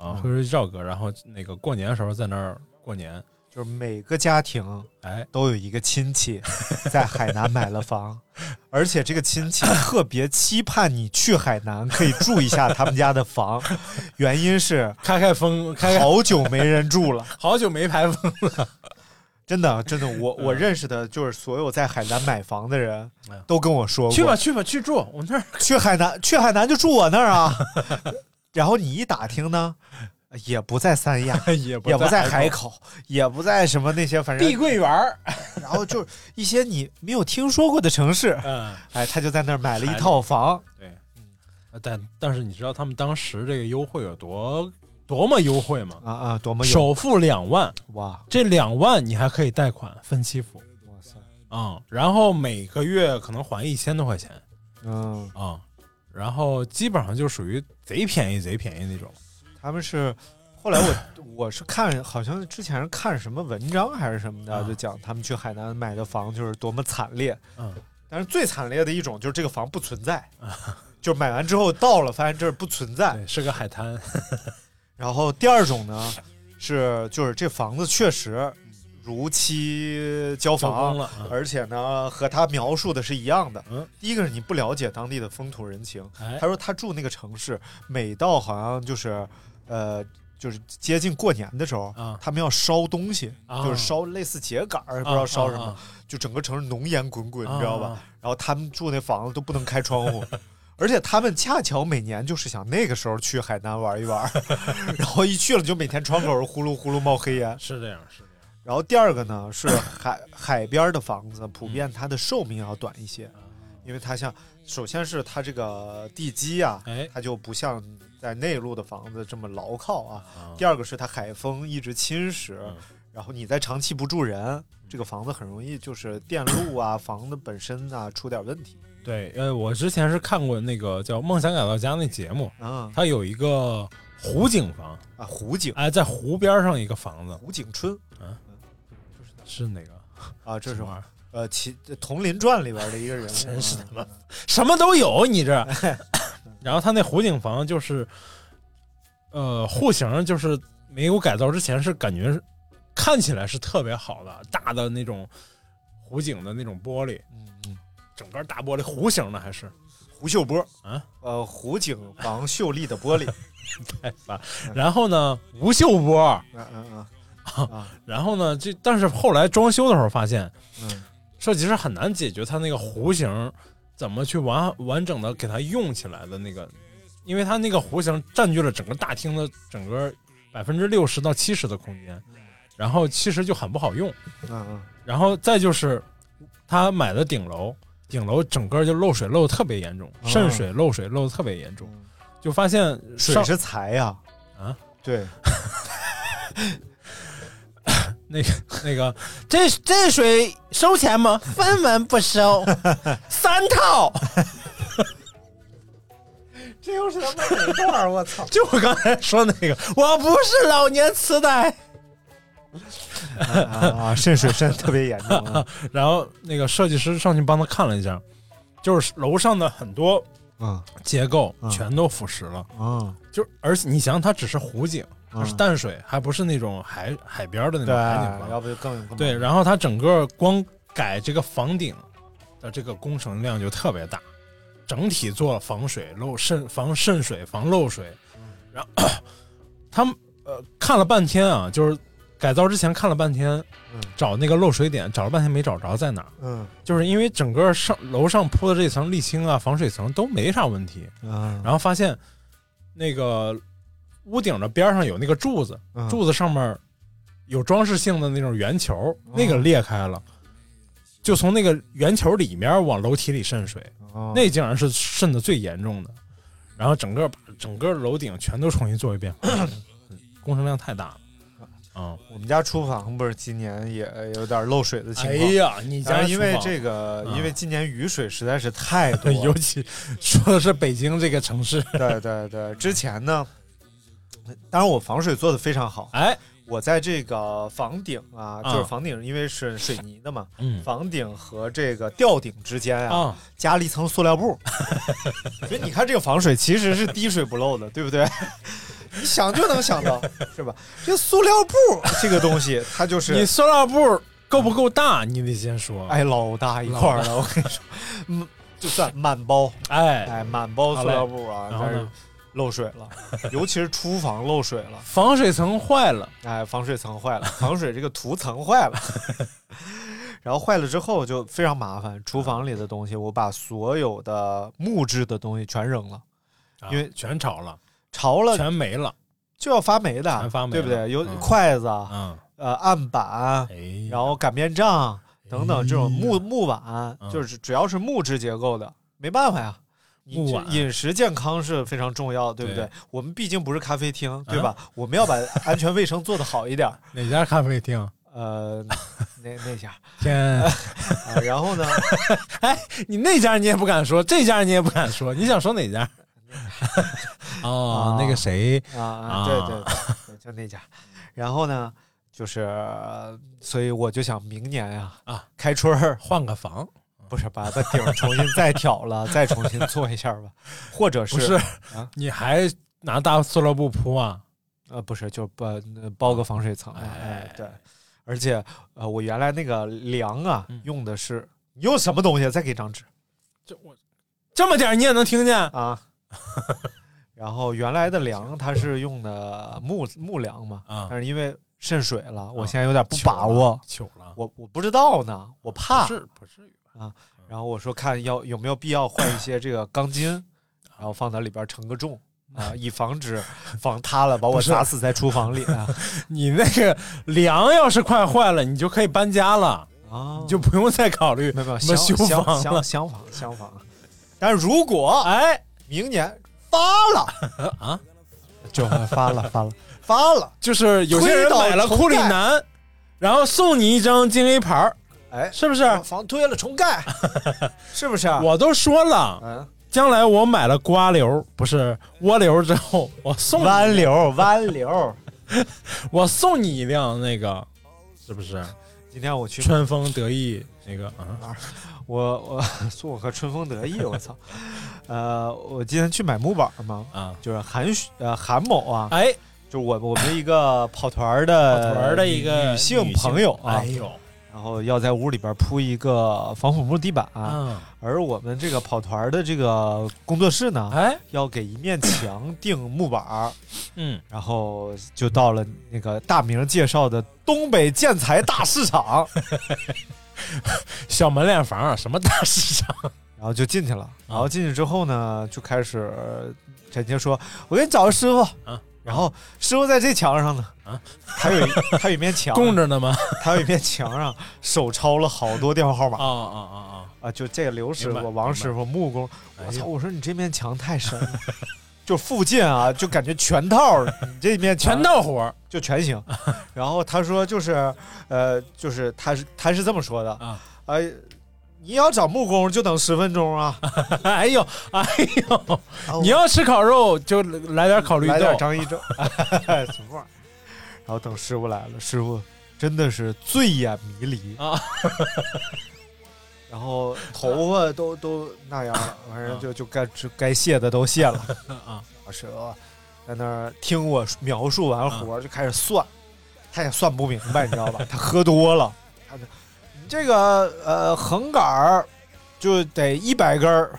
Speaker 9: 嗯
Speaker 10: 会说赵哥，然后那个过年的时候在那儿过年，
Speaker 9: 就是每个家庭
Speaker 10: 哎，
Speaker 9: 都有一个亲戚 在海南买了 房，而且这个亲戚 特别期盼你去海南可以住一下他们家的 房，原因是
Speaker 10: 开开风，开开
Speaker 9: 好久没人住 了。
Speaker 10: 好久没排 风了，
Speaker 9: 真的，真的，我我认识的就是所有在海南买房的人
Speaker 10: 哎呀
Speaker 9: 都跟我说过，
Speaker 10: 去吧去吧去住我那儿，
Speaker 9: 去海南，去海南就住我那儿 啊。然后你一打听呢，也不在三亚，
Speaker 10: 也
Speaker 9: 也 不在海
Speaker 10: 海口
Speaker 9: 口，也不在什么那些，反
Speaker 10: 碧
Speaker 9: 正
Speaker 10: 桂园儿，
Speaker 9: 然后就是一些你没有听说过的城市，
Speaker 10: 嗯，
Speaker 9: 哎，他就在那儿买了一套房，
Speaker 10: 对，呃但但是你知道他们当时这个优惠有多多么优惠吗？
Speaker 9: 啊啊，多么有
Speaker 10: 首付两万，
Speaker 9: 哇！
Speaker 10: 这两万你还可以贷款分期付，
Speaker 9: 哇塞，
Speaker 10: 啊、然后每个月可能还一千多块钱
Speaker 9: 嗯，
Speaker 10: 啊、然后基本上就属于贼便宜贼便宜那种。
Speaker 9: 他们是后来我我是看，好像之前是看什么文章还是什么的，
Speaker 10: 啊
Speaker 9: 就讲他们去海南买的房就是多么惨烈，
Speaker 10: 嗯，
Speaker 9: 但是最惨烈的一种就是这个房不存在，就买完之后到了发现这儿不存在，
Speaker 10: 对，是个海滩，
Speaker 9: 然后第二种呢是就是这房子确实如期交
Speaker 10: 交
Speaker 9: 房
Speaker 10: 工了嗯
Speaker 9: 而且呢和他描述的是一样的。
Speaker 10: 嗯
Speaker 9: 第一个是你不了解当地的风土人情，
Speaker 10: 哎
Speaker 9: 他说他住那个城市，每到好像就是呃。就是接近过年的时候，
Speaker 10: 啊
Speaker 9: 他们要烧东西，
Speaker 10: 啊
Speaker 9: 就是烧类似秸秆儿，不知道烧什么，
Speaker 10: 啊
Speaker 9: 就整个城市浓烟滚滚，
Speaker 10: 啊
Speaker 9: 你知道吧？
Speaker 10: 啊
Speaker 9: 然后他们住那房子都不能开窗户， 而且他们恰巧每年就是想那个时候去海南玩一玩， 然后一去了就每天窗口呼噜呼噜冒黑烟。
Speaker 10: 是这样，是这样。
Speaker 9: 然后第二个呢是海海边的房子，普遍它的寿命要短一些，因为它像首先是它这个地基啊，
Speaker 10: 哎
Speaker 9: 它就不像在内陆的房子这么牢靠啊。
Speaker 10: 啊
Speaker 9: 第二个是它海风一直侵蚀，
Speaker 10: 嗯
Speaker 9: 然后你再长期不住人，这个房子很容易就是电路啊、房子本身啊出点问题
Speaker 10: 对，呃，我之前是看过那个叫《梦想改造家》那节目，
Speaker 9: 啊
Speaker 10: 它有一个湖景房，
Speaker 9: 啊！湖景
Speaker 10: 哎，在湖边上一个房子，
Speaker 9: 湖景春
Speaker 10: 是哪个？
Speaker 9: 啊，这是
Speaker 10: 什么玩意儿
Speaker 9: 呃《秦佟林传》里边的一个人物，啊
Speaker 10: 真是他妈 什么都有，你这。然后他那湖景房就是，呃，户型就是没有改造之前是感觉是看起来是特别好的，大的那种湖景的那种玻璃，
Speaker 9: 嗯嗯
Speaker 10: 整个大玻璃弧形的还是
Speaker 9: 胡秀波
Speaker 10: 啊？
Speaker 9: 呃，湖景房秀丽的玻 璃，
Speaker 10: 太烦。哎然后呢，吴秀波，
Speaker 9: 嗯嗯
Speaker 10: 啊然后呢，这但是后来装修的时候发现，
Speaker 9: 嗯
Speaker 10: 设计师很难解决它那个弧形怎么去完完整的给它用起来的那个，因为它那个弧形占据了整个大厅的整个百分之六十到七十的空间，然后其实就很不好用。
Speaker 9: 嗯嗯
Speaker 10: 然后再就是他买的顶楼，顶楼整个就漏水漏得特别严重，
Speaker 9: 啊
Speaker 10: 渗水漏水漏得特别严重
Speaker 9: 嗯，
Speaker 10: 就发现
Speaker 9: 嗯，水
Speaker 10: 上
Speaker 9: 是财呀，
Speaker 10: 啊，
Speaker 9: 对，
Speaker 10: 那个那个这这水收钱吗？分文不收，三套。
Speaker 9: 这又是他妈哪段儿？我操！
Speaker 10: 就我刚才说那个， 我不是老年痴呆。
Speaker 9: 啊，渗水渗得特别严重 啊，
Speaker 10: 然后那个设计师上去帮他看了一下，就是楼上的很多
Speaker 9: 嗯
Speaker 10: 结构
Speaker 9: 嗯
Speaker 10: 全都腐蚀了，
Speaker 9: 嗯，
Speaker 10: 就而且你想想，它只是湖景，它是
Speaker 9: 嗯
Speaker 10: 淡水，还不是那种海海边的那
Speaker 9: 对，
Speaker 10: 种海景
Speaker 9: 要
Speaker 10: 房。
Speaker 9: 不就更更
Speaker 10: 对，然后它整个光改这个房顶的这个工程量就特别大，整体做了防水漏渗、防渗水、防漏水。
Speaker 9: 嗯
Speaker 10: 然后他们呃看了半天啊，就是改造之前看了半天
Speaker 9: 嗯，
Speaker 10: 找那个漏水点，找了半天没找着在哪儿，
Speaker 9: 嗯
Speaker 10: 就是因为整个上楼上铺的这层沥青啊、防水层都没啥问题，
Speaker 9: 嗯，
Speaker 10: 然后发现那个屋顶的边上有那个柱子，
Speaker 9: 嗯
Speaker 10: 柱子上面有装饰性的那种圆球，
Speaker 9: 哦
Speaker 10: 那个裂开了，就从那个圆球里面往楼体里渗水，
Speaker 9: 哦
Speaker 10: 那竟然是渗的最严重的。然后整个把整个楼顶全都重新做一 遍，工程量太大了。嗯，
Speaker 9: 我们家厨房不是今年也有点漏水的情
Speaker 10: 哎
Speaker 9: 况。
Speaker 10: 呀，你
Speaker 9: 然
Speaker 10: 家
Speaker 9: 后因为
Speaker 10: 厨房
Speaker 9: 这个，
Speaker 10: 嗯
Speaker 9: 因为今年雨水实在是太 多
Speaker 10: 尤
Speaker 9: 了，
Speaker 10: 其说的是北京这个 城市，
Speaker 9: 对对对。之前呢，当然我防水做的非常好，
Speaker 10: 哎，
Speaker 9: 我在这个房顶啊，
Speaker 10: 嗯
Speaker 9: 就是房顶，因为是水泥的嘛，
Speaker 10: 嗯
Speaker 9: 房顶和这个吊顶之间啊，
Speaker 10: 啊，
Speaker 9: 加了一层塑料布， 所以你看这个防水其实是滴水不漏的，对不 对？你想就能想到，是吧？这塑料布这个东西，它就
Speaker 10: 你
Speaker 9: 是。
Speaker 10: 塑料布够不够大？你得先说。
Speaker 9: 哎，老大一块儿了，我跟你说，嗯，就算满包，
Speaker 10: 哎，
Speaker 9: 哎，满包塑料布啊，
Speaker 10: 然后
Speaker 9: 但是
Speaker 10: 呢，
Speaker 9: 漏水 了，尤其是厨房漏水了，
Speaker 10: 防水层坏了，
Speaker 9: 哎，防水层坏了，防水这个涂层坏 了，然后坏了之后就非常麻烦，厨房里的东西我把所有的木质的东西全扔了，因为
Speaker 10: 啊全潮了，
Speaker 9: 潮了
Speaker 10: 全没了，
Speaker 9: 就要发霉的，
Speaker 10: 全发霉
Speaker 9: 对不
Speaker 10: 了
Speaker 9: 对？有
Speaker 10: 嗯
Speaker 9: 筷子、
Speaker 10: 嗯，
Speaker 9: 呃案板，
Speaker 10: 哎，
Speaker 9: 然后擀面杖等等这种
Speaker 10: 哎
Speaker 9: 木
Speaker 10: 呀
Speaker 9: 木碗，
Speaker 10: 嗯
Speaker 9: 就是只要是木质结构的，没办法呀。你
Speaker 10: 木
Speaker 9: 这
Speaker 10: 碗
Speaker 9: 饮食健康是非常重要的，对不对？
Speaker 10: 对啊
Speaker 9: 我们毕竟不是咖啡厅，对吧？我们要把安全卫生做得好一点儿。
Speaker 10: 哪家咖啡 厅？
Speaker 9: 呃，那那家、
Speaker 10: 天，
Speaker 9: 啊，然后呢，
Speaker 10: 你那家你也不敢说，这家你也不敢 说，你想说哪家？哦，那个谁，
Speaker 9: 啊，啊对对对，就那家。然后呢，就是，呃所以我就想明年啊，
Speaker 10: 啊，
Speaker 9: 开春儿
Speaker 10: 换个房，
Speaker 9: 不是把把顶儿重新再挑了，再重新做一下吧，或者
Speaker 10: 不是
Speaker 9: 啊，
Speaker 10: 你还拿大塑料布铺啊？
Speaker 9: 呃，不是，就包包个防水层嘛。哎，对，而且呃，我原来那个梁啊，
Speaker 10: 嗯
Speaker 9: 用的是你用什么东西？再给张纸
Speaker 10: 这我这么点儿你也能听见？
Speaker 9: 啊。 然后原来的梁它是用的木木梁嘛，
Speaker 10: 啊
Speaker 9: 但是因为渗水了，我
Speaker 10: 啊
Speaker 9: 现在有点不把握，
Speaker 10: 糗了，
Speaker 9: 我我不知道呢，我怕
Speaker 10: 不。是不至于吧？
Speaker 9: 然后我说看要有没有必要换一些这个钢筋，
Speaker 10: 啊
Speaker 9: 然后放到里边承个重。啊，以防止防塌了把我
Speaker 10: 不是
Speaker 9: 砸死在厨房里啊！
Speaker 10: 你那个梁要是快坏了，你就可以搬家了，
Speaker 9: 啊
Speaker 10: 你就不用再考虑
Speaker 9: 没有没有
Speaker 10: 什么
Speaker 9: 相
Speaker 10: 修
Speaker 9: 相
Speaker 10: 房了
Speaker 9: 相。相仿相仿。但是如果
Speaker 10: 哎，
Speaker 9: 明年发了
Speaker 10: 啊，
Speaker 9: 就发了发了 发了，
Speaker 10: 就是有些人买了库里南，然后送你一张金 A 牌儿，
Speaker 9: 哎，
Speaker 10: 是不是？
Speaker 9: 把房推了重 盖，是不是？啊
Speaker 10: 我都说了，
Speaker 9: 嗯，
Speaker 10: 将来我买了瓜流不是蜗流之后，我送你
Speaker 9: 弯流弯流。
Speaker 10: 我送你一辆那个，是不是？
Speaker 9: 今天我去
Speaker 10: 春风得意那个啊，
Speaker 9: 我我 送我个春风得意，我操！呃，我今天去买木板嘛，
Speaker 10: 啊
Speaker 9: 就是韩旭呃韩某啊，
Speaker 10: 哎，
Speaker 9: 就是我我们一个跑团儿
Speaker 10: 跑
Speaker 9: 的
Speaker 10: 团儿的一个
Speaker 9: 呃女性朋友啊
Speaker 10: 哎，呦，
Speaker 9: 然后要在屋里边铺一个防腐木地板、啊
Speaker 10: 嗯
Speaker 9: 而我们这个跑团的这个工作室呢，
Speaker 10: 哎，
Speaker 9: 要给一面墙钉木板儿，
Speaker 10: 嗯，
Speaker 9: 然后就到了那个大明介绍的东北建材大市场，
Speaker 10: 小门脸房啊什么大市场？
Speaker 9: 然后就进 去了。
Speaker 10: 啊
Speaker 9: 然后进去之后呢，就开始陈杰说：“我给你找个师傅。”
Speaker 10: 啊，
Speaker 9: 然后师傅在这墙上呢，
Speaker 10: 啊，
Speaker 9: 还有一还有一面 墙，
Speaker 10: 供着呢 吗？
Speaker 9: 还有一面墙上手抄了好多电话号码
Speaker 10: 啊啊啊啊！
Speaker 9: 啊，就这个刘师
Speaker 10: 明白
Speaker 9: 傅、王师傅、木工，
Speaker 10: 哎
Speaker 9: 我
Speaker 10: 呦
Speaker 9: 操！我说你这面墙太深了， 就附近啊，就感觉全套，你这面墙
Speaker 10: 全道活儿
Speaker 9: 就全行。然后他说就是，呃，就是他是他是这么说的
Speaker 10: 啊，
Speaker 9: 哎，你要找木工就等十分钟啊，
Speaker 10: 哎呦 哎呦，
Speaker 9: 啊我
Speaker 10: 你要吃烤肉就来点烤绿
Speaker 9: 来点
Speaker 10: 豆，
Speaker 9: 张一正， 什么玩意儿？然后等师傅来了，师傅真的是醉眼迷离
Speaker 10: 啊，
Speaker 9: 然后头发都都那样了，反正就就该就该卸的都卸了
Speaker 10: 啊。
Speaker 9: 师傅在那儿听我描述完活儿就开始算，他也算不明白，你知道吧？他喝多了，他就你这个呃横杆儿就得一百根儿，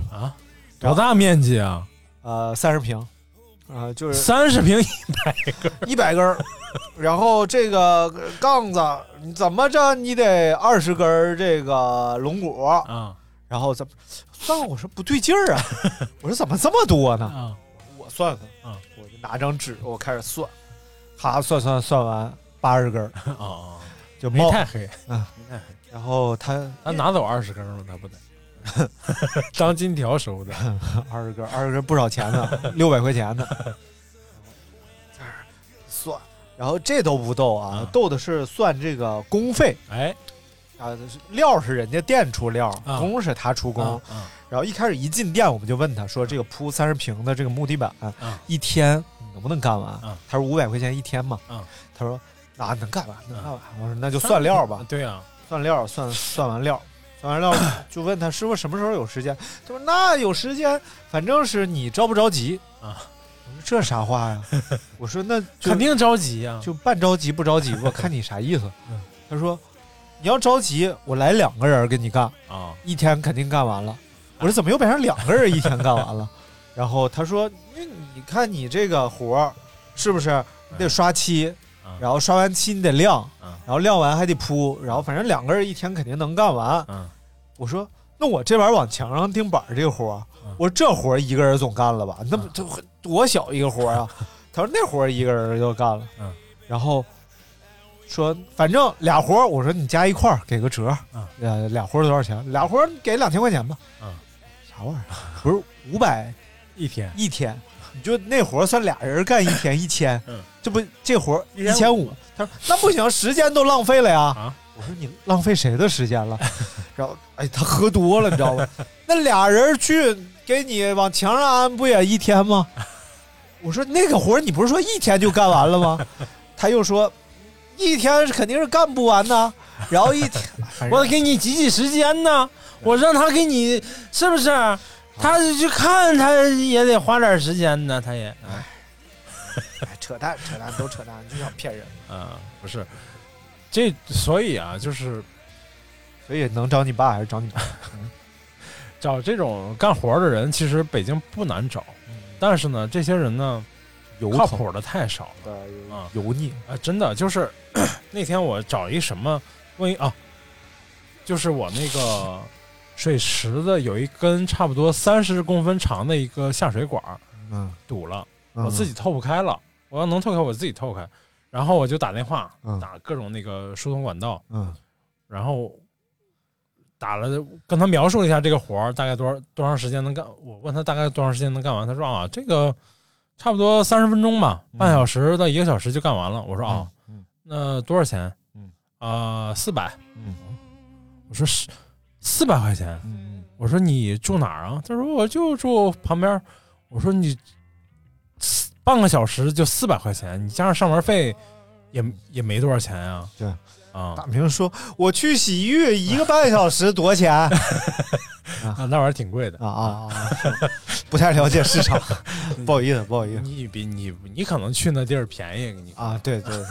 Speaker 10: 多大面积啊？
Speaker 9: 呃三十平，啊、就是
Speaker 10: 三十平，
Speaker 9: 一百根儿，然后这个杠子你怎么着你得二十根儿这个龙骨，
Speaker 10: 啊
Speaker 9: 然后怎么算？我说不对劲儿啊， 我说怎么这么多呢？
Speaker 10: 啊
Speaker 9: 我算算，
Speaker 10: 嗯
Speaker 9: 我就拿张纸，我开始算，咔算算算完八十根儿
Speaker 10: 啊啊！
Speaker 9: 就
Speaker 10: 没
Speaker 9: 冒，
Speaker 10: 太黑，
Speaker 9: 然后他
Speaker 10: 他拿走二十根了，他 不得当金条收的
Speaker 9: 二十根，二十根不少钱呢，六百块钱呢。在这儿算，然后这都不逗啊
Speaker 10: 嗯，
Speaker 9: 逗的是算这个工费
Speaker 10: 哎，
Speaker 9: 啊，料是人家店出料，
Speaker 10: 嗯
Speaker 9: 工是他出工。
Speaker 10: 啊啊
Speaker 9: 然后一开始一进店，我们就问他说：“这个铺三十平的这个木地板
Speaker 10: 嗯，
Speaker 9: 一天你能不能干完
Speaker 10: 嗯？”
Speaker 9: 他说：“五百块钱一天嘛。
Speaker 10: 嗯”
Speaker 9: 他说：“啊，能干完，能干完。”我说：“那就算料吧。”
Speaker 10: 对啊，
Speaker 9: 算料，算算完料，算完料就问他师傅什么时候有时间。他说那有时间，反正是你着不着急
Speaker 10: 啊？
Speaker 9: 我说这啥话呀？我说那就
Speaker 10: 肯定着急啊呀，
Speaker 9: 就半着急不着急吧，看你啥意思
Speaker 10: 嗯。
Speaker 9: 他说你要着急，我来两个人给你干，
Speaker 10: 啊
Speaker 9: 一天肯定干完了。我说怎么又变成两个人一天干 完了？然后他说因为你看你这个活儿是不是你得刷漆？
Speaker 10: 啊
Speaker 9: 然后刷完漆你得晾，
Speaker 10: 嗯
Speaker 9: 然后晾完还得铺，然后反正两个人一天肯定能干完。
Speaker 10: 嗯
Speaker 9: 我说，那我这玩意儿往墙上钉板儿这个活儿，
Speaker 10: 嗯
Speaker 9: 我说这活儿一个人总干了吧？那不
Speaker 10: 嗯
Speaker 9: 这多小一个活儿 啊？他说那活儿一个人就干了。
Speaker 10: 嗯
Speaker 9: 然后说反正俩活儿，我说你加一块儿给个折儿
Speaker 10: 嗯，
Speaker 9: 呃，俩活儿多少钱？俩活儿给两千块钱吧。
Speaker 10: 嗯，
Speaker 9: 啥玩意儿？不是五百
Speaker 10: 一天
Speaker 9: 一天，你就那活儿算俩人干一天一千，
Speaker 10: 嗯
Speaker 9: 这不这活儿
Speaker 10: 一
Speaker 9: 一
Speaker 10: 千五
Speaker 9: 千五，他说那不行，时间都浪费了呀。
Speaker 10: 啊
Speaker 9: 我说你浪费谁的时间了？然后哎，他喝多了，你知道吗？那俩人去给你往墙上安，不也一天吗？我说那个活儿你不是说一天就干完了吗？他又说一天是肯定是干不完呢。然后一天，
Speaker 10: 我给你挤挤时间呢，我让他给你，是不是？
Speaker 9: 啊
Speaker 10: 他去看他也得花点时间呢，他也，
Speaker 9: 哎扯淡扯淡都扯淡，就想骗人。
Speaker 10: 啊，不是，这所以啊，就是
Speaker 9: 所以能找你爸还是找你妈？
Speaker 10: 找这种干活的人，其实北京不难找，但是呢，这些人呢，
Speaker 9: 油
Speaker 10: 靠
Speaker 9: 头
Speaker 10: 谱的太少了。
Speaker 9: 的
Speaker 10: 啊
Speaker 9: 油腻，
Speaker 10: 啊，真的就是 那天我找一什么问一啊，就是我那个水池子有一根差不多三十公分长的一个下水管儿
Speaker 9: 嗯，
Speaker 10: 堵了，
Speaker 9: 嗯
Speaker 10: 我自己透不开了。我要能透开，我自己透开。然后我就打电话
Speaker 9: 嗯
Speaker 10: 打各种那个疏通管道，
Speaker 9: 嗯
Speaker 10: 然后打了跟他描述了一下这个活儿大概多少多长时间能干。我问他大概多长时间能干完，他说啊，这个差不多三十分钟吧，半小时到一个小时就干完了。我说啊。
Speaker 9: 嗯
Speaker 10: 那多少钱？
Speaker 9: 嗯，
Speaker 10: 啊，四百。
Speaker 9: 嗯
Speaker 10: 我说是四百块钱。
Speaker 9: 嗯
Speaker 10: 我说你住哪儿啊？他说我就住旁边儿。我说你四半个小时就四百块钱，你加上上门费也也没多少钱啊。
Speaker 9: 对
Speaker 10: 啊
Speaker 9: 大明说：“我去洗浴一个半小时多少钱？”啊
Speaker 10: 啊，那玩意儿挺贵的
Speaker 9: 啊啊！ 啊！不太了解市场， 不好意思，不好意思
Speaker 10: 你比你你可能去那地儿便宜，你
Speaker 9: 啊！对对，对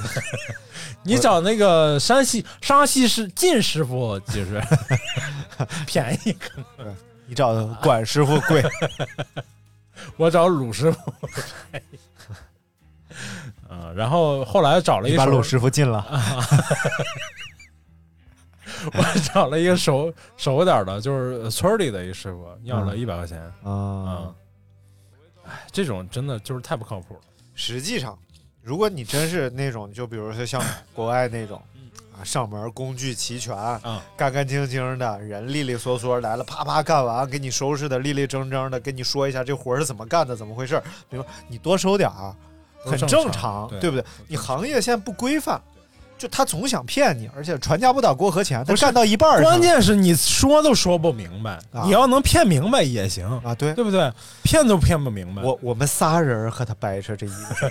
Speaker 10: 你找那个山西山西师靳师傅就是 便宜，
Speaker 9: 你找的管师傅 贵，
Speaker 10: 我找鲁师傅便宜。 嗯，然后后来找了一
Speaker 9: 你把
Speaker 10: 手
Speaker 9: 鲁师傅禁了。
Speaker 10: 我找了一个熟熟点儿的，就是村儿里的一师傅，要了一百块钱。
Speaker 9: 啊
Speaker 10: 嗯，哎，这种真的就是太不靠谱了。
Speaker 9: 实际上，如果你真是那种，就比如说 像国外那种啊，上门工具齐全，
Speaker 10: 嗯
Speaker 9: 干干净净的人，利利索索来了，啪啪干完，给你收拾的利利整整的，跟你说一下这活儿是怎么干的，怎么回事儿，比如你多收点儿，啊
Speaker 10: 都
Speaker 9: 很
Speaker 10: 正
Speaker 9: 正
Speaker 10: 常
Speaker 9: 常，
Speaker 10: 对
Speaker 9: 不对？你行业现在不规范。就他总想骗你，而且传家不打过河前，他干到一半儿上
Speaker 10: 关键是你说都说不明白，
Speaker 9: 啊
Speaker 10: 你要能骗明白也行，
Speaker 9: 啊，对，
Speaker 10: 对不对？骗都骗不明白。
Speaker 9: 我我们仨人和他掰扯这一个 事儿，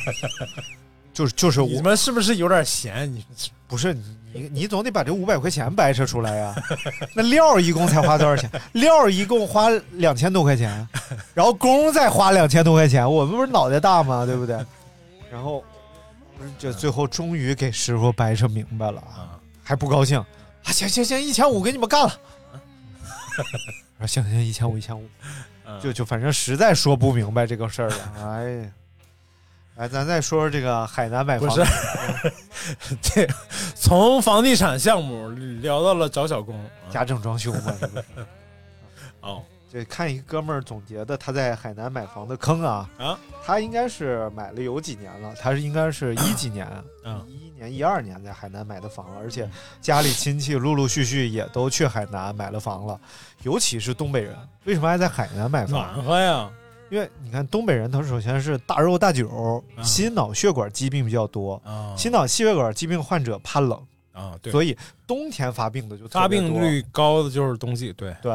Speaker 9: 就是就是
Speaker 10: 你
Speaker 9: 我
Speaker 10: 们是不是有点闲？你
Speaker 9: 不是你你你总得把这五百块钱掰扯出来呀、 那料儿一共才花多少钱？ 料儿一共花两千多块钱，然后工儿再花两千多块钱，我们不是脑袋大吗？对 不对？然后不是就最后终于给师傅掰扯明白了啊，
Speaker 10: 啊，
Speaker 9: 还不高兴啊？行行行，一千五给你们干 了。我说行行，一千五一千五。
Speaker 10: 嗯
Speaker 9: 就就反正实在说不明白这个事儿了，哎呀，哎，咱再说说这个海南买
Speaker 10: 不
Speaker 9: 房
Speaker 10: 是，这从房地产项目聊到了找小工。
Speaker 9: 家政装修嘛，这不是？
Speaker 10: 哦，
Speaker 9: 这看一哥们儿总结的他在海南买房的坑啊，
Speaker 10: 啊，
Speaker 9: 他应该是买了有几年了，他是应该是一几年，
Speaker 10: 嗯
Speaker 9: 一一年一二年在海南买的房，而且家里亲戚陆陆续续也都去海南买了房了，尤其是东北人，为什么爱在海南买房？
Speaker 10: 暖和呀，
Speaker 9: 因为你看东北人，他首先是大肉大酒，
Speaker 10: 啊
Speaker 9: 心脑血管疾病比较多，
Speaker 10: 啊
Speaker 9: 心脑血管疾病患者怕冷，
Speaker 10: 啊，对，
Speaker 9: 所以冬天发病的就特
Speaker 10: 发
Speaker 9: 别多
Speaker 10: 病率高的就是冬季，对，
Speaker 9: 对。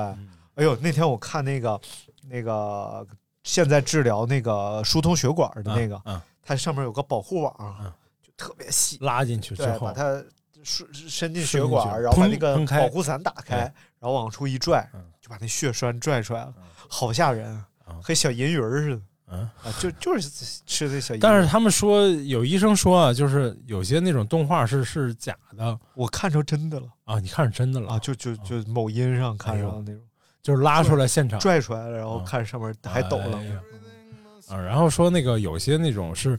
Speaker 9: 哎呦，那天我看那个那个现在治疗那个疏通血管的那个，
Speaker 10: 嗯，
Speaker 9: 它上面有个保护网，啊
Speaker 10: 嗯
Speaker 9: 就特别细，
Speaker 10: 拉进去之
Speaker 9: 对，
Speaker 10: 后
Speaker 9: 把，它伸伸进血
Speaker 10: 伸进
Speaker 9: 管
Speaker 10: 去，
Speaker 9: 然后把
Speaker 10: 砰
Speaker 9: 那个
Speaker 10: 砰开
Speaker 9: 保护伞打开，
Speaker 10: 对
Speaker 9: 然后往出一拽
Speaker 10: 嗯，
Speaker 9: 就把那血栓拽出来了
Speaker 10: 嗯，
Speaker 9: 好吓人
Speaker 10: 啊，
Speaker 9: 和小银鱼儿似的。
Speaker 10: 嗯，
Speaker 9: 啊，就就是吃那小银鱼，
Speaker 10: 但是他们说有医生说啊，就是有些那种动画是是假的
Speaker 9: 我看着真的了
Speaker 10: 啊，你看是真的了
Speaker 9: 啊，，就就就某音上看
Speaker 10: 嗯哎呦
Speaker 9: 着那种。
Speaker 10: 就是拉出来现场
Speaker 9: 拽出来了，然后
Speaker 10: 嗯
Speaker 9: 看上面还抖了
Speaker 10: 哎。呀啊，然后说那个有些那种是，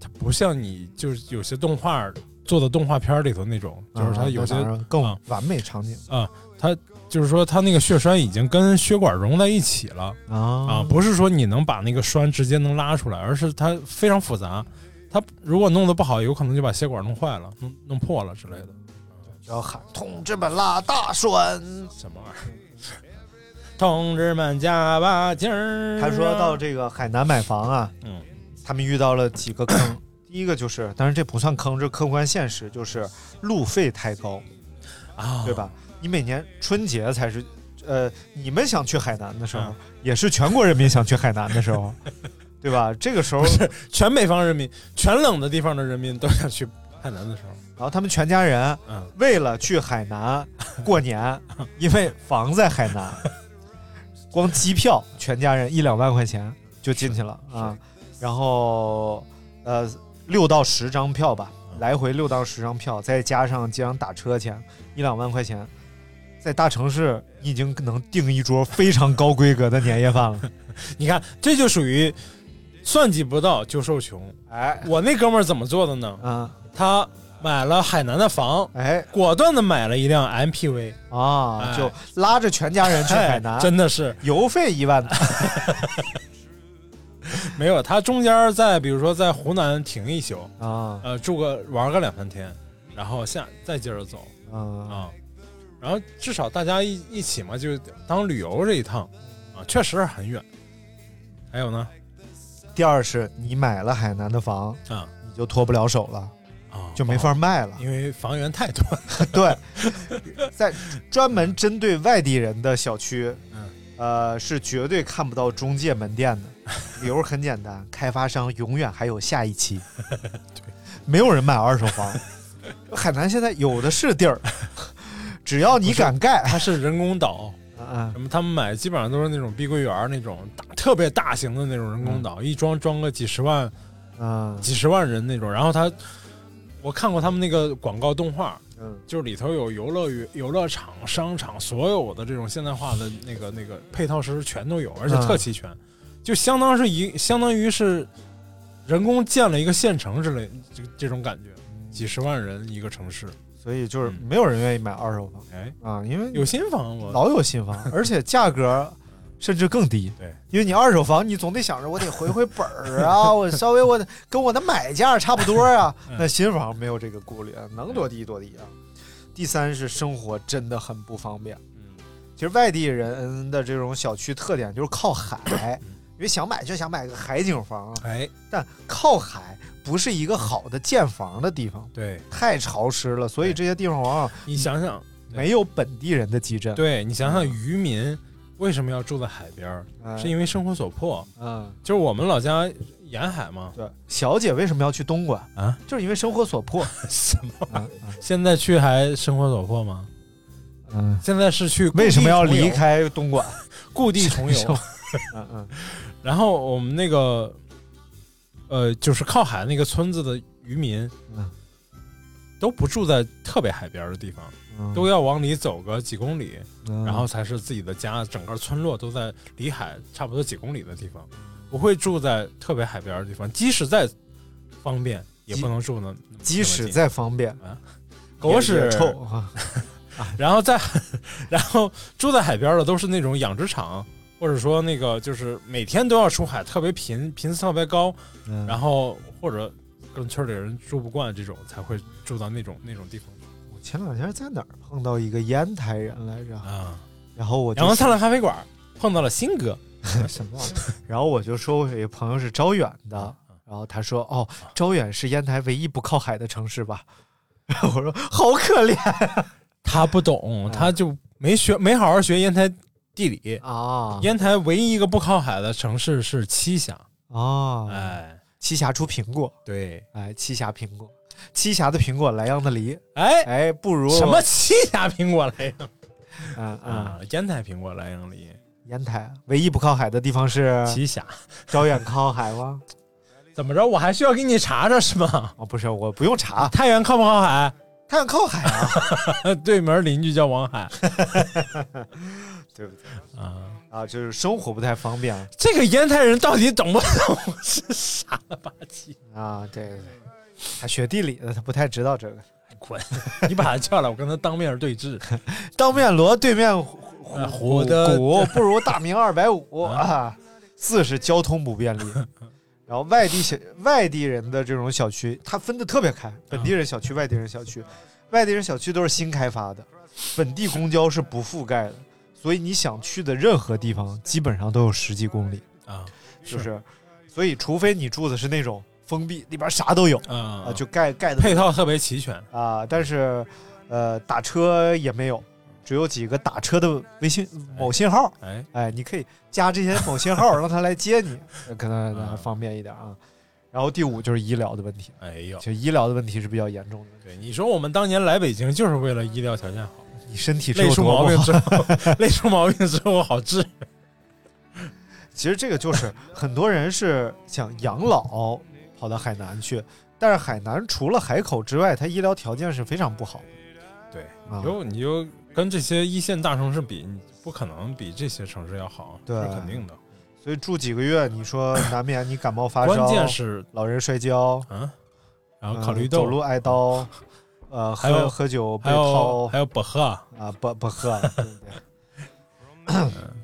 Speaker 10: 它不像你就是有些动画做的动画片里头那种，就是它有些
Speaker 9: 啊那当然更
Speaker 10: 啊
Speaker 9: 完美场景
Speaker 10: 就是说它那个血栓已经跟血管融在一起了啊，
Speaker 9: 啊
Speaker 10: 不是说你能把那个栓直接能拉出来，而是它非常复杂，它如果弄得不好，有可能就把血管弄坏了、弄弄破了之类的，
Speaker 9: 然后喊同志们拉大栓。
Speaker 10: 什么玩意儿？ 同志们加把劲儿！啊
Speaker 9: 他说到这个海南买房啊，
Speaker 10: 嗯，
Speaker 9: 他们遇到了几个 坑。第一个就是，当然这不算坑，这客观现实就是路费太高，
Speaker 10: 啊，
Speaker 9: 对？吧？你每年春节才是，呃，你们想去海南的时候
Speaker 10: 嗯，
Speaker 9: 也是全国人民想去海南的时 候，对吧？这个时候，
Speaker 10: 全北方人民、全冷的地方的人民都想去海南的时候，
Speaker 9: 然后他们全家人
Speaker 10: 嗯
Speaker 9: 为了去海南 过年，因为房在海南，光机票全家人一两万块钱就进去了啊。然后呃六到十张票吧，
Speaker 10: 嗯
Speaker 9: 来回六到十张票，再加上机场打车钱一两万块钱，在大城市你已经能订一桌非常高规格的年夜饭 了。
Speaker 10: 你看这就属于算计不到就受穷。
Speaker 9: 哎，
Speaker 10: 我那哥们儿怎么做的呢？
Speaker 9: 嗯，
Speaker 10: 他买了海南的房，
Speaker 9: 哎
Speaker 10: 果断的买了一辆 MPV
Speaker 9: 啊，
Speaker 10: 哎
Speaker 9: 就拉着全家人去海南
Speaker 10: 哎，真的是
Speaker 9: 油费一万多。
Speaker 10: 没有。他中间在比如说在湖南停一宿，
Speaker 9: 啊，
Speaker 10: 呃，住个玩个两三天，然后下再接着走
Speaker 9: 嗯，
Speaker 10: 啊。然后至少大家一一起嘛，就当旅游这一趟啊，确实很远。还有呢，
Speaker 9: 第二是你买了海南的房，
Speaker 10: 啊
Speaker 9: 你就脱不了手了，
Speaker 10: 啊，
Speaker 9: 就没法卖了。
Speaker 10: 因为房源太多 了。
Speaker 9: 对，在专门针对外地人的小区，
Speaker 10: 嗯
Speaker 9: 呃，是绝对看不到中介门店的。理由很简单，开发商永远还有下一 期，没有人买二手房。 海南现在有的是地儿，只要你敢盖，
Speaker 10: 它是人工岛，
Speaker 9: 啊
Speaker 10: 什么他们买基本上都是那种碧桂园儿那种大特别大型的那种人工岛，一装装个几十万、
Speaker 9: 啊
Speaker 10: 几十万人那种。然后他，我看过他们那个广告动画，
Speaker 9: 嗯
Speaker 10: 就是里头有游乐园、游乐场、商场，所有的这种现代化的那个那个配套设施全都有，而且特齐全，就相当是一相当于是人工建了一个县城之类这这种感觉，几十万人一个城市。
Speaker 9: 所以就是
Speaker 10: 嗯
Speaker 9: 没有人愿意买二手房
Speaker 10: 哎，
Speaker 9: 啊，因为
Speaker 10: 有新房我
Speaker 9: 老有新房，而且价格甚至更低。
Speaker 10: 对，
Speaker 9: 因为你二手房，你总得想着我得回回本儿啊，我稍微我跟我的买价差不多啊。
Speaker 10: 嗯
Speaker 9: 那新房没有这个顾虑，啊，能多低多低啊。第三是生活真的很不方便。
Speaker 10: 嗯
Speaker 9: 其实外地人的这种小区特点就是靠
Speaker 10: 嗯
Speaker 9: 海，因为想买就想买个海景房，
Speaker 10: 哎
Speaker 9: 但靠海不是一个好的建房的地方，
Speaker 10: 对，
Speaker 9: 太潮湿了，所以这些地方往往
Speaker 10: 你想想，
Speaker 9: 没有本地人的基站。，
Speaker 10: 对你想想渔民为什么要住在海边儿？
Speaker 9: 嗯、
Speaker 10: 是因为生活所迫，
Speaker 9: 嗯。
Speaker 10: 就是我们老家沿海嘛。
Speaker 9: 对，小姐为什么要去东莞
Speaker 10: 啊？
Speaker 9: 就是因为生活所 迫。
Speaker 10: 什么？
Speaker 9: 嗯
Speaker 10: 现在去还生活所迫吗？
Speaker 9: 嗯，
Speaker 10: 现在是去故地
Speaker 9: 为什么要
Speaker 10: 重游
Speaker 9: 离开东莞？
Speaker 10: 故地 重游？
Speaker 9: 嗯嗯
Speaker 10: 然后我们那个，呃，就是靠海那个村子的渔民，
Speaker 9: 嗯
Speaker 10: 都不住在特别海边儿的地方，
Speaker 9: 嗯，
Speaker 10: 都要往里走个几公里，
Speaker 9: 嗯，
Speaker 10: 然后才是自己的家。整个村落都在离海差不多几公里的地方，不会住在特别海边儿的地方。即使再方便，也
Speaker 9: 即
Speaker 10: 不能住呢。
Speaker 9: 即使再方便，
Speaker 10: 狗
Speaker 9: 也
Speaker 10: 屎
Speaker 9: 也臭，啊。
Speaker 10: 然后在， 然后住在海边的都是那种养殖场，或者说那个就是每天都要出海，特别频频次特别高，
Speaker 9: 嗯
Speaker 10: 然后或者跟村里人住不惯这种，才会住到那种那种地方
Speaker 9: 我前两天在哪儿碰到一个烟台人来着，
Speaker 10: 啊。
Speaker 9: 然后我就
Speaker 10: 阳光灿烂咖啡馆碰到了新哥，
Speaker 9: 什么玩意儿？然后我就说我有一个朋友是招远
Speaker 10: 啊
Speaker 9: 的，然后他说哦，招远是烟台唯一不靠海的城市吧？ 然后我说好可怜
Speaker 10: 他不懂，他就没学没好好学烟台地理。
Speaker 9: 啊
Speaker 10: 烟台唯一一个不靠海的城市是栖霞，
Speaker 9: 啊！
Speaker 10: 哎，
Speaker 9: 栖霞出苹果，
Speaker 10: 对，
Speaker 9: 哎，栖霞苹果，栖霞的苹果，莱阳的梨，
Speaker 10: 哎，
Speaker 9: 哎，不如
Speaker 10: 什么栖霞苹果来着？
Speaker 9: 嗯嗯，
Speaker 10: 啊，烟台苹果莱阳梨，
Speaker 9: 烟台唯一不靠海的地方是
Speaker 10: 栖霞。
Speaker 9: 招远靠海吗？
Speaker 10: 怎么着？我还需要给你查查是 吗？
Speaker 9: 哦，不是，我不用 查，
Speaker 10: 太原靠不靠 海？呃
Speaker 9: 太原靠海啊，
Speaker 10: 对门邻居叫王 海
Speaker 9: 对不对？
Speaker 10: 啊。
Speaker 9: 啊，就是生活不太方便
Speaker 10: 这个烟台人到底懂不懂？是傻了吧 唧！
Speaker 9: 啊，对对对，他学地理的，他不太知道这个。
Speaker 10: 滚！你把他叫来，我跟他当面对 质。
Speaker 9: 当面锣对面虎
Speaker 10: 呃虎的
Speaker 9: 鼓，哎不如大明二百五 啊。四是交通不便利，然后外 地小外地人的这种小区，它分的特别开，本地人小区、外地人小区，外地人小区都是新开发的，本地公交是不覆盖的，所以你想去的任何地方，基本上都有十几公里，
Speaker 10: 啊
Speaker 9: 就是，所以除非你住的是那种封闭，里边啥都有啊，
Speaker 10: 啊
Speaker 9: 就盖盖的
Speaker 10: 配套特别齐全。
Speaker 9: 啊，但是呃，打车也没有，只有几个打车的微信某信号，
Speaker 10: 哎，
Speaker 9: 哎，你可以加这些某信号，让他来接 你，可能还方便一点啊。然后第五就是医疗的问题，
Speaker 10: 哎呦
Speaker 9: 其，实医疗的问题是比较严重的。
Speaker 10: 对，你说我们当年来北京就是为了医疗条件好，
Speaker 9: 你身体是
Speaker 10: 累
Speaker 9: 有
Speaker 10: 出
Speaker 9: 多
Speaker 10: 毛
Speaker 9: 不
Speaker 10: 病
Speaker 9: 好？
Speaker 10: 之后， 累出毛病之后好治。
Speaker 9: 其实这个就是很多人是想养老跑到海南去，但是海南除了海口之外，它医疗条件是非常不好
Speaker 10: 对，
Speaker 9: 的啊
Speaker 10: 你。就你就跟这些一线大城市比，你不可能比这些城市要好，
Speaker 9: 对
Speaker 10: 这是肯定的。
Speaker 9: 所以住几个月，你说难免你感冒发烧，
Speaker 10: 关键是
Speaker 9: 老人摔跤，
Speaker 10: 啊，然后烤
Speaker 9: 嗯
Speaker 10: 绿
Speaker 9: 走
Speaker 10: 豆，
Speaker 9: 路挨刀，呃，
Speaker 10: 还有
Speaker 9: 喝喝酒被
Speaker 10: 还有
Speaker 9: 掏
Speaker 10: 还有薄荷啊，
Speaker 9: 啊，不不喝，对不对？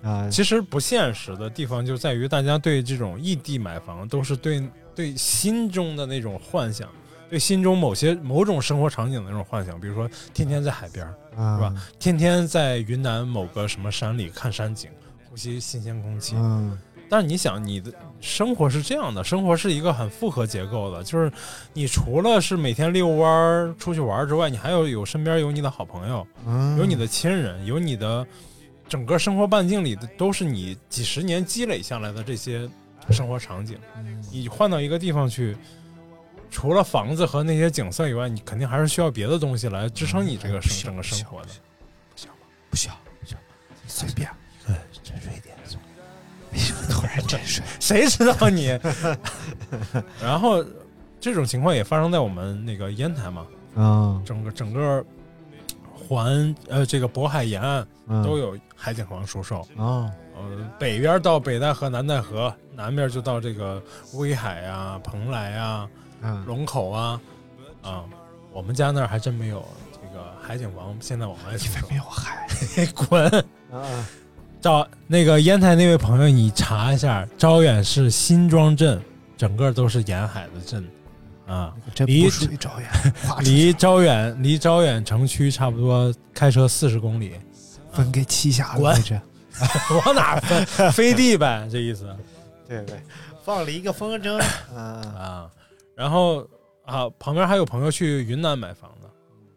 Speaker 9: 啊，
Speaker 10: 其实不现实的地方就在于大家对这种异地买房都是对对心中的那种幻想，对心中某些某种生活场景的那种幻想，比如说天天在海边，
Speaker 9: 是
Speaker 10: 是吧？
Speaker 9: 啊
Speaker 10: 天天在云南某个什么山里看山景，呼吸新鲜空气。
Speaker 9: 嗯，
Speaker 10: 但是你想，你的生活是这样的，生活是一个很复合结构的，就是你除了是每天遛弯儿、出去玩儿之外，你还要有身边有你的好朋友，
Speaker 9: 嗯
Speaker 10: 有你的亲人，有你的整个生活半径里的都是你几十年积累下来的这些生活场景。
Speaker 9: 嗯
Speaker 10: 你换到一个地方去，除了房子和那些景色以外，你肯
Speaker 9: 嗯
Speaker 10: 定还是需要别的东西来支撑你这个生整个生活的。
Speaker 9: 不需要，随便，呃，沉睡一点。哎呦，突然沉睡，
Speaker 10: 谁知道你？ 然后这种情况也发生在我们那个烟台嘛，
Speaker 9: 嗯
Speaker 10: 整个整个环呃这个渤海沿岸
Speaker 9: 嗯
Speaker 10: 都有海景房出售。
Speaker 9: 哦，
Speaker 10: 呃，北边到北戴河、南戴河，南边就到这个威海啊、蓬莱啊、
Speaker 9: 嗯
Speaker 10: 龙口啊，啊，我们家那儿还真没有这个海景房，现在往外出售
Speaker 9: 没有海，
Speaker 10: 滚！
Speaker 9: 啊，
Speaker 10: 赵那个烟台那位朋友，你查一下，招远市新庄镇，整个都是沿海的镇啊，
Speaker 9: 这
Speaker 10: 离
Speaker 9: 不属于 招远，划出
Speaker 10: 离
Speaker 9: 去
Speaker 10: 招远离招远城区差不多开车四十公里，
Speaker 9: 分给栖霞了，
Speaker 10: 滚
Speaker 9: 这是
Speaker 10: 往哪儿飞飞地呗，这意思
Speaker 9: 对对， 放了一个风 筝，嗯
Speaker 10: 啊。然后啊，旁边还有朋友去云南买房子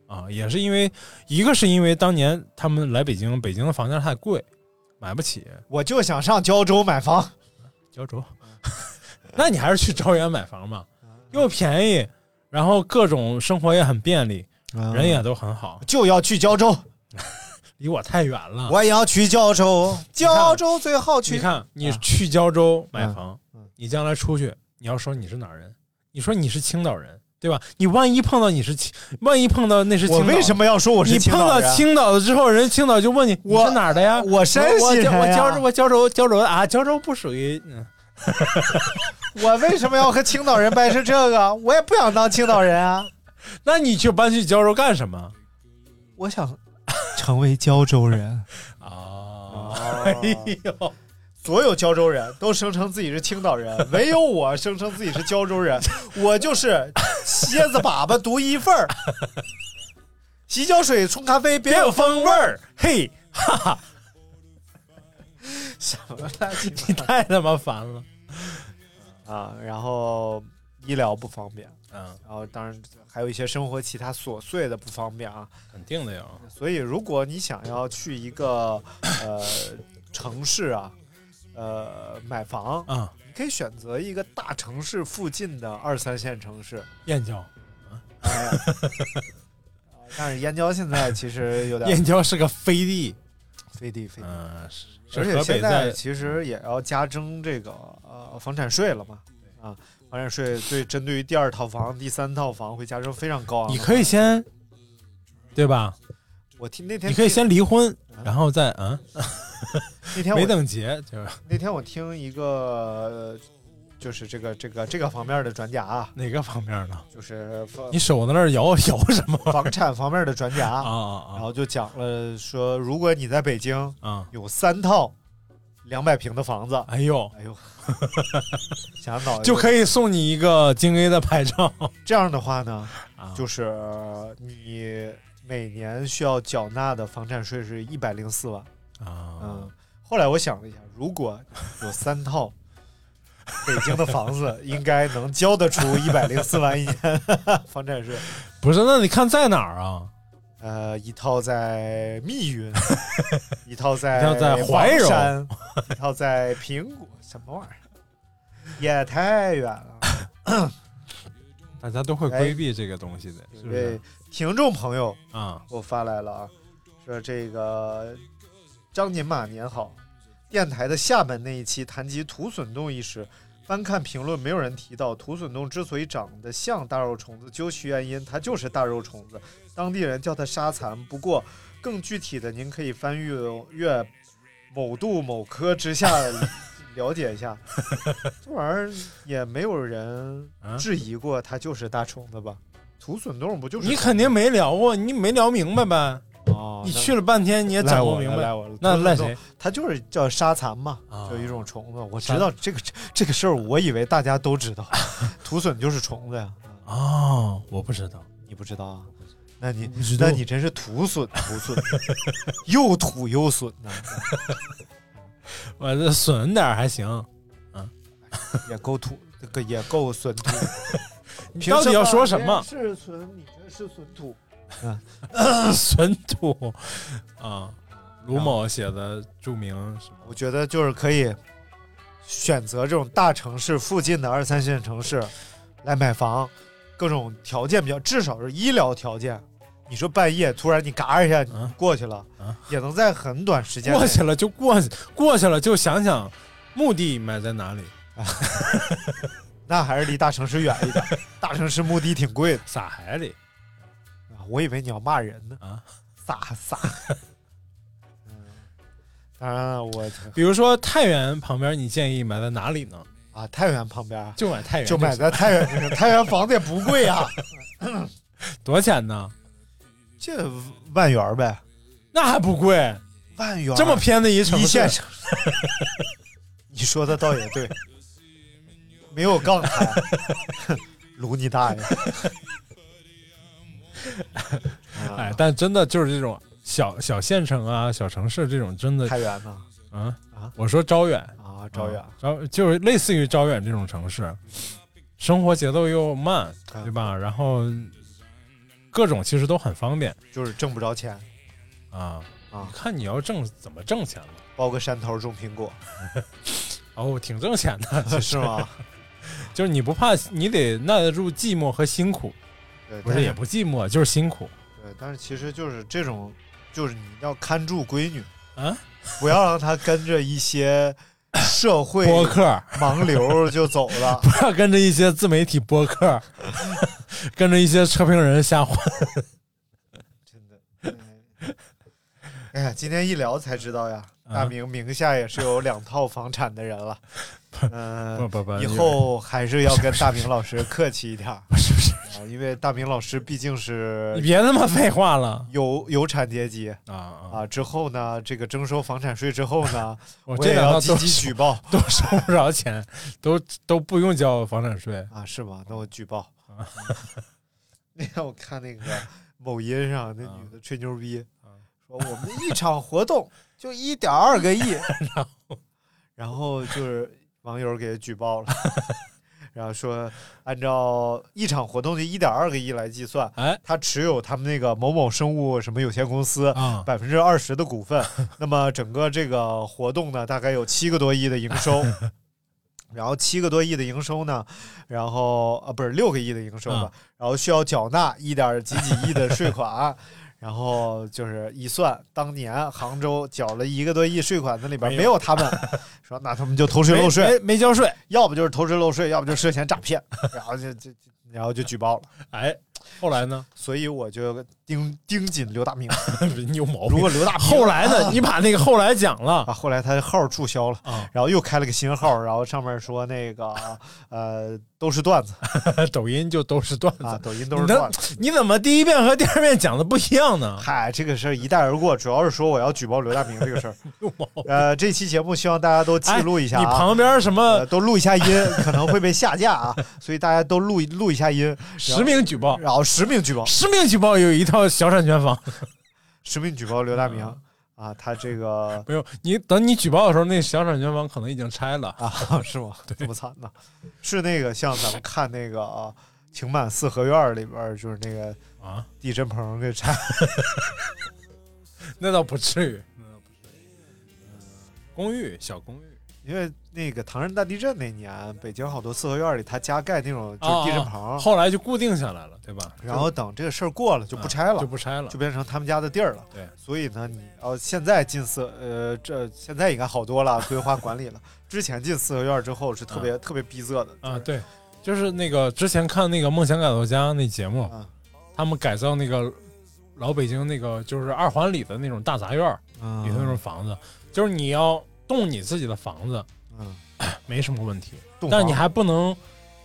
Speaker 9: 嗯
Speaker 10: 啊，也是因为一个是因为当年他们来北京，北京的房价太贵，买不起，
Speaker 9: 我就想上胶州买房，
Speaker 10: 焦灼。
Speaker 9: 嗯
Speaker 10: 那你还是去招远买房吧，又便宜，然后各种生活也很便利，
Speaker 9: 嗯
Speaker 10: 人也都很好，
Speaker 9: 就要去胶州，
Speaker 10: 离我太远了。
Speaker 9: 啊我也要去胶州，胶州最好
Speaker 10: 你
Speaker 9: 去。
Speaker 10: 看，你
Speaker 9: 啊
Speaker 10: 去胶州买房
Speaker 9: 嗯嗯，
Speaker 10: 你将来出去，你要说你是哪儿人，你说你是青岛人，对吧？你万一碰到你是青，万一碰到那是青
Speaker 9: 我
Speaker 10: 岛，
Speaker 9: 为什么要说我是
Speaker 10: 你
Speaker 9: 青
Speaker 10: 碰
Speaker 9: 岛
Speaker 10: 到
Speaker 9: 人？啊
Speaker 10: 青岛了之后，人青岛就问你你
Speaker 9: 我
Speaker 10: 是哪儿的呀？
Speaker 9: 我山西人
Speaker 10: 我我
Speaker 9: 呀
Speaker 10: 胶州，我胶州，胶州啊，胶州不属于。嗯
Speaker 9: 我为什么要和青岛人掰扯这个？我也不想当青岛人啊，
Speaker 10: 那你去搬去胶州干什么？
Speaker 9: 我想成为胶州 人。哦
Speaker 10: 啊，哎呦，
Speaker 9: 所有胶州人都声称自己是青岛 人，唯有我声称自己是胶州人，我就是蝎子粑粑独一份 儿。洗脚水冲咖啡，别有
Speaker 10: 风味儿，嘿，
Speaker 9: 什么垃圾
Speaker 10: 你太他妈烦了。
Speaker 9: 啊！然后医疗不方便，
Speaker 10: 嗯，
Speaker 9: 然后当然还有一些生活其他琐碎的不方便啊。
Speaker 10: 肯定的有。
Speaker 9: 所以，如果你想要去一个呃城市啊，呃买房，
Speaker 10: 嗯，
Speaker 9: 你可以选择一个大城市附近的二三线城市。
Speaker 10: 燕郊，
Speaker 9: 哎呀啊但是燕郊现在其实有点
Speaker 10: 燕郊是个飞地。
Speaker 9: 飞地飞地，
Speaker 10: 嗯，是
Speaker 9: 而
Speaker 10: 是
Speaker 9: 且
Speaker 10: 河北
Speaker 9: 现在
Speaker 10: 在
Speaker 9: 其实也要加征这个呃房产税了嘛。啊，房产税对针对于第二套房、第三套房会加征非常高昂的。
Speaker 10: 你可以先，对吧？
Speaker 9: 我听那天
Speaker 10: 你可以先离婚
Speaker 9: 嗯，
Speaker 10: 然后再嗯，
Speaker 9: 那天我
Speaker 10: 没等结就是
Speaker 9: 那天我听一个，呃就是这个这个这个方面的专家啊，
Speaker 10: 哪个方面呢？
Speaker 9: 就是房
Speaker 10: 你手在那儿摇 摇什么玩意
Speaker 9: 房产方面的专家，
Speaker 10: 儿？啊
Speaker 9: 然
Speaker 10: 啊
Speaker 9: 后就讲了说，如果你在北京
Speaker 10: 啊啊！
Speaker 9: 有三套两百平的房子，
Speaker 10: 哎呦，
Speaker 9: 哎呦， 想想脑
Speaker 10: 就
Speaker 9: 以
Speaker 10: 可以送你一个京 A 的牌照
Speaker 9: 这样的话呢，
Speaker 10: 啊！
Speaker 9: 就是你每年需要缴纳的房产税是一百零四万。
Speaker 10: 啊，
Speaker 9: 嗯，后来我想了一下，如果有三套 北京的房子， 应该能交得出一百零四万一年 房产税。
Speaker 10: 不是，那你看在哪儿啊？
Speaker 9: 呃，一套在密 云，一套在
Speaker 10: 一套在怀
Speaker 9: 黄
Speaker 10: 柔
Speaker 9: 山，一套在平谷，什么玩意儿？也太远了。
Speaker 10: 大家都会规避这个东西的， 是
Speaker 9: 有
Speaker 10: 不
Speaker 9: 位
Speaker 10: 是？
Speaker 9: 听众朋友
Speaker 10: 啊，
Speaker 9: 给我发来了啊，说这个张您马您好，电台的下半那一期谈及土笋冻一时，翻看评论，没有人提到土笋冻之所以长得像大肉虫子，究其原因，它就是大肉虫子，当地人叫它沙蚕。不过更具体的，您可以翻阅阅某度某科之下了解一下，这玩意儿也没有人
Speaker 10: 啊
Speaker 9: 质疑过它就是大虫子吧？土笋冻不就是
Speaker 10: 你肯定没聊过，你没聊明白呗？
Speaker 9: 哦，
Speaker 10: 你
Speaker 9: 那
Speaker 10: 去了半天，你也
Speaker 9: 赖
Speaker 10: 整不
Speaker 9: 我
Speaker 10: 明
Speaker 9: 了
Speaker 10: 白
Speaker 9: 赖，我了。
Speaker 10: 那
Speaker 9: 土笋
Speaker 10: 赖
Speaker 9: 冻
Speaker 10: 谁？？
Speaker 9: 它就是叫沙蚕嘛，
Speaker 10: 啊
Speaker 9: 就一种虫子。我知
Speaker 10: 沙
Speaker 9: 道这个这个事儿，我以为大家都知道， 土笋就是虫子呀，
Speaker 10: 哦，我不知道，
Speaker 9: 你不知道啊？那你
Speaker 10: 不知道
Speaker 9: 那你真是土笋土笋， 又土又笋呐，
Speaker 10: 我这损点儿还行。
Speaker 9: 也够土，这个也够笋 土。
Speaker 10: 你
Speaker 9: 凭
Speaker 10: 到底
Speaker 9: 什
Speaker 10: 要说什么
Speaker 9: 别人是笋，你这是笋土。
Speaker 10: 损土啊，卢某写的著名什么
Speaker 9: 我觉得就是可以选择这种大城市附近的二三线城市来买房，各种条件比较，至少是医疗条件你说半夜突然你嘎一下你过去了，也能在很短时间内
Speaker 10: 嗯过去了就过去，过去了就想想目的买在哪里。
Speaker 9: 那还是离大城市远一点，大城市墓地挺贵的。
Speaker 10: 撒海里，
Speaker 9: 啊我以为你要骂人呢
Speaker 10: 啊，
Speaker 9: 撒撒。 嗯当然了，我
Speaker 10: 比如说太原旁边，你建议买在哪里呢？
Speaker 9: 啊，太原旁边
Speaker 10: 就买太原
Speaker 9: 就
Speaker 10: 行，
Speaker 9: 买在太原这个，太原房子也不贵啊，
Speaker 10: 多少钱呢？
Speaker 9: 这万元呗，
Speaker 10: 那还不贵，
Speaker 9: 万元
Speaker 10: 这么偏的一城市，
Speaker 9: 一线城市。 你说的倒也对，没有杠杆，撸你大 爷！啊
Speaker 10: 哎，但真的就是这种小小县城啊、小城市这种，真的
Speaker 9: 太原呢？
Speaker 10: 啊
Speaker 9: 啊
Speaker 10: 我说招远，
Speaker 9: 啊，招远
Speaker 10: 嗯，招就是类似于招远这种城市，生活节奏又慢，
Speaker 9: 啊
Speaker 10: 对吧？然后各种其实都很方便
Speaker 9: 就是挣不着钱，
Speaker 10: 啊。
Speaker 9: 啊
Speaker 10: 你看你要挣怎么挣钱了？
Speaker 9: 包个山头种苹 果，
Speaker 10: 哦，挺挣钱的，其实
Speaker 9: 是 吗？
Speaker 10: 就是你不怕，你得耐得住寂寞和辛苦，
Speaker 9: 对，
Speaker 10: 不
Speaker 9: 但
Speaker 10: 是也不寂寞，就是辛苦。
Speaker 9: 对，但是其实就是这种，就是你要看住闺女，
Speaker 10: 啊，
Speaker 9: 不要让她跟着一些社会
Speaker 10: 播客
Speaker 9: 盲流就走了。
Speaker 10: 不要跟着一些自媒体播客， 跟着一些车评人瞎混。
Speaker 9: 真的。嗯哎呀，今天一聊才知道呀，
Speaker 10: 啊
Speaker 9: 大明名下也是有两套房产的人了。嗯、
Speaker 10: 不不不
Speaker 9: 以后还是要跟大明老师客气一点儿，
Speaker 10: 是 不是？
Speaker 9: 啊因为大明老师毕竟
Speaker 10: 你
Speaker 9: 是
Speaker 10: 别那么废话了
Speaker 9: 有有产阶级
Speaker 10: 啊啊！
Speaker 9: 啊。之后呢，这个征收房产税之后呢，
Speaker 10: 我
Speaker 9: 也
Speaker 10: 这两
Speaker 9: 要
Speaker 10: 套
Speaker 9: 积
Speaker 10: 都
Speaker 9: 极举报
Speaker 10: 都收不着钱，都都不用交房产税。
Speaker 9: 啊，是吗？那我举报。 那天我看那个某音上那女的吹牛逼，说我们一场活动就一点二个亿，然后就是网友给举报了，然后说按照一场活动的一点二个亿来计算，
Speaker 10: 哎
Speaker 9: 他持有他们那个某某生物什么有限公司
Speaker 10: 啊
Speaker 9: 百分之二十的股份， 那么整个这个活动呢，大概有七个多亿的营收。然后七个多亿的营收呢，然后啊不是六个亿的营收吧，然后需要缴纳一点几几亿的税款， 然后就是一算，当年杭州缴了一个多亿税款，那里边没有他们，说那他们就偷税漏税，
Speaker 10: 没没交税。
Speaker 9: 要不就是偷税漏税，要不就涉嫌诈骗，然后就就就然后就举报了。
Speaker 10: 哎，后来呢？
Speaker 9: 所以我就盯盯紧刘大明，
Speaker 10: 你有毛
Speaker 9: 如
Speaker 10: 病
Speaker 9: 果。刘大明
Speaker 10: 后来呢？你把那个后来讲了
Speaker 9: 啊，后来他的号注销了，
Speaker 10: 啊，
Speaker 9: 然后又开了个新号，然后上面说那个 呃都是 段子
Speaker 10: 抖音就都是段子。
Speaker 9: 啊，抖音都
Speaker 10: 你
Speaker 9: 是
Speaker 10: 能
Speaker 9: 段子。
Speaker 10: 你怎么第一遍和第二遍讲的不一样呢？
Speaker 9: 嗨，这个事儿一带而过，主要是说我要举报刘大明这个事儿。
Speaker 10: 有毛病
Speaker 9: 呃，这期节目希望大家都记
Speaker 10: 哎
Speaker 9: 录一下
Speaker 10: 你
Speaker 9: 啊，
Speaker 10: 旁边什么
Speaker 9: 呃，都录一下音，可能会被下架啊， 所以大家都录一录一下音，
Speaker 10: 实名举报？
Speaker 9: 然后实名举报，
Speaker 10: 实名举报有一套小产权房，
Speaker 9: 实名举报刘大明
Speaker 10: 嗯
Speaker 9: 啊，他这 个
Speaker 10: 没有你等你举报的时候，那小产权房可能已经拆了。
Speaker 9: 啊， 是吗？这么惨呢？是那个像咱们看那个啊《情满四合院》里边儿，就是那个
Speaker 10: 啊，
Speaker 9: 地震棚给拆，
Speaker 10: 那倒不至于，那倒不至于。公寓，小公寓，
Speaker 9: 因为那个唐山大地震那年，北京好多四合院里他加盖那种就是地震棚，
Speaker 10: 啊啊后来就固定下来了，对吧？
Speaker 9: 然后等这个事儿过了就
Speaker 10: 就
Speaker 9: 不拆了，
Speaker 10: 就不拆了
Speaker 9: 就。变成他们家的地儿了。
Speaker 10: 对
Speaker 9: 所以呢，你要、现在进四呃，这现在应该好多了，规划管理了。之前进四合院之后是特别、特别逼仄的
Speaker 10: 啊，对，就是那个之前看那个《梦想改造家》那节目，
Speaker 9: 啊
Speaker 10: 他们改造那个老北京那个就是二环里的那种大杂院儿
Speaker 9: 嗯
Speaker 10: 里头那种房子，就是你要动你自己的房子
Speaker 9: 嗯，
Speaker 10: 没什么问题，
Speaker 9: 洞
Speaker 10: 但是
Speaker 9: 房
Speaker 10: 你还不能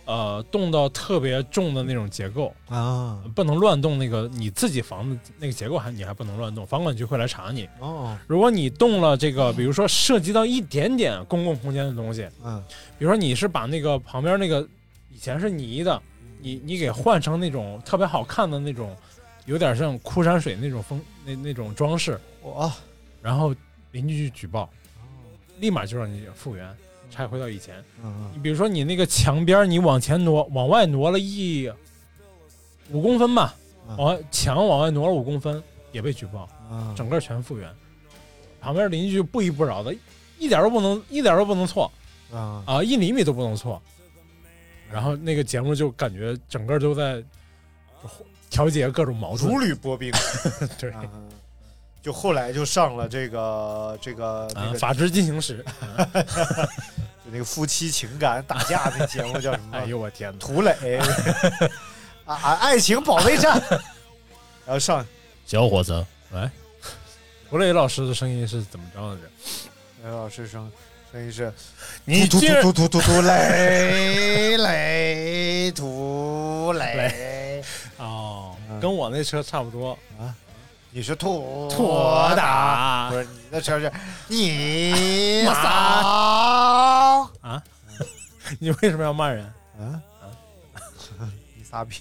Speaker 10: 呃动到特别重的那种结构，
Speaker 9: 啊
Speaker 10: 不能乱动那个你自己房子那个结构还你还不能乱动，房管局会来查你。
Speaker 9: 哦
Speaker 10: 如果你动了这个，比如说涉及到一点点公共空间的东西，
Speaker 9: 嗯
Speaker 10: 比如说你是把那个旁边那个以前是泥的，你你给换成那种特别好看的那种，有点像枯山水那种风那那种装饰，
Speaker 9: 我
Speaker 10: 然后邻居去举报，
Speaker 9: 哦
Speaker 10: 立马就让你复原，拆回到以前。
Speaker 9: 嗯
Speaker 10: 你比如说你那个墙边儿你往前挪，往外挪了一五公分吧，
Speaker 9: 嗯
Speaker 10: 往外墙往外挪了五公分也被举报，
Speaker 9: 嗯
Speaker 10: 整个全复原。旁边邻居不依不饶的，一点儿都不能一点儿都不能错
Speaker 9: 啊
Speaker 10: 啊，一厘米都不能错。然后那个节目就感觉整个都在调节各种矛盾，
Speaker 9: 如履薄冰。
Speaker 10: 对
Speaker 9: 啊就后来就上了这个这个那
Speaker 10: 啊
Speaker 9: 个、，
Speaker 10: 法制进行 时，
Speaker 9: 就那个夫妻情感打架那节目叫什么？
Speaker 10: 哎呦我天哪！
Speaker 9: 涂磊啊啊，爱情保卫战。然后上，
Speaker 10: 小伙子，哎 来，涂磊老师的声音是怎么着来着？
Speaker 9: 哎，老师声声音是，
Speaker 10: 你
Speaker 9: 涂
Speaker 10: 这
Speaker 9: 涂涂涂涂涂磊磊涂磊，
Speaker 10: 哦，跟我那车差不多，
Speaker 9: 你是土
Speaker 10: 妥
Speaker 9: 打，
Speaker 10: 打
Speaker 9: 不是你的车是你
Speaker 10: 马
Speaker 9: 嫂
Speaker 10: 你为什么要骂人？
Speaker 9: 啊，你仨逼！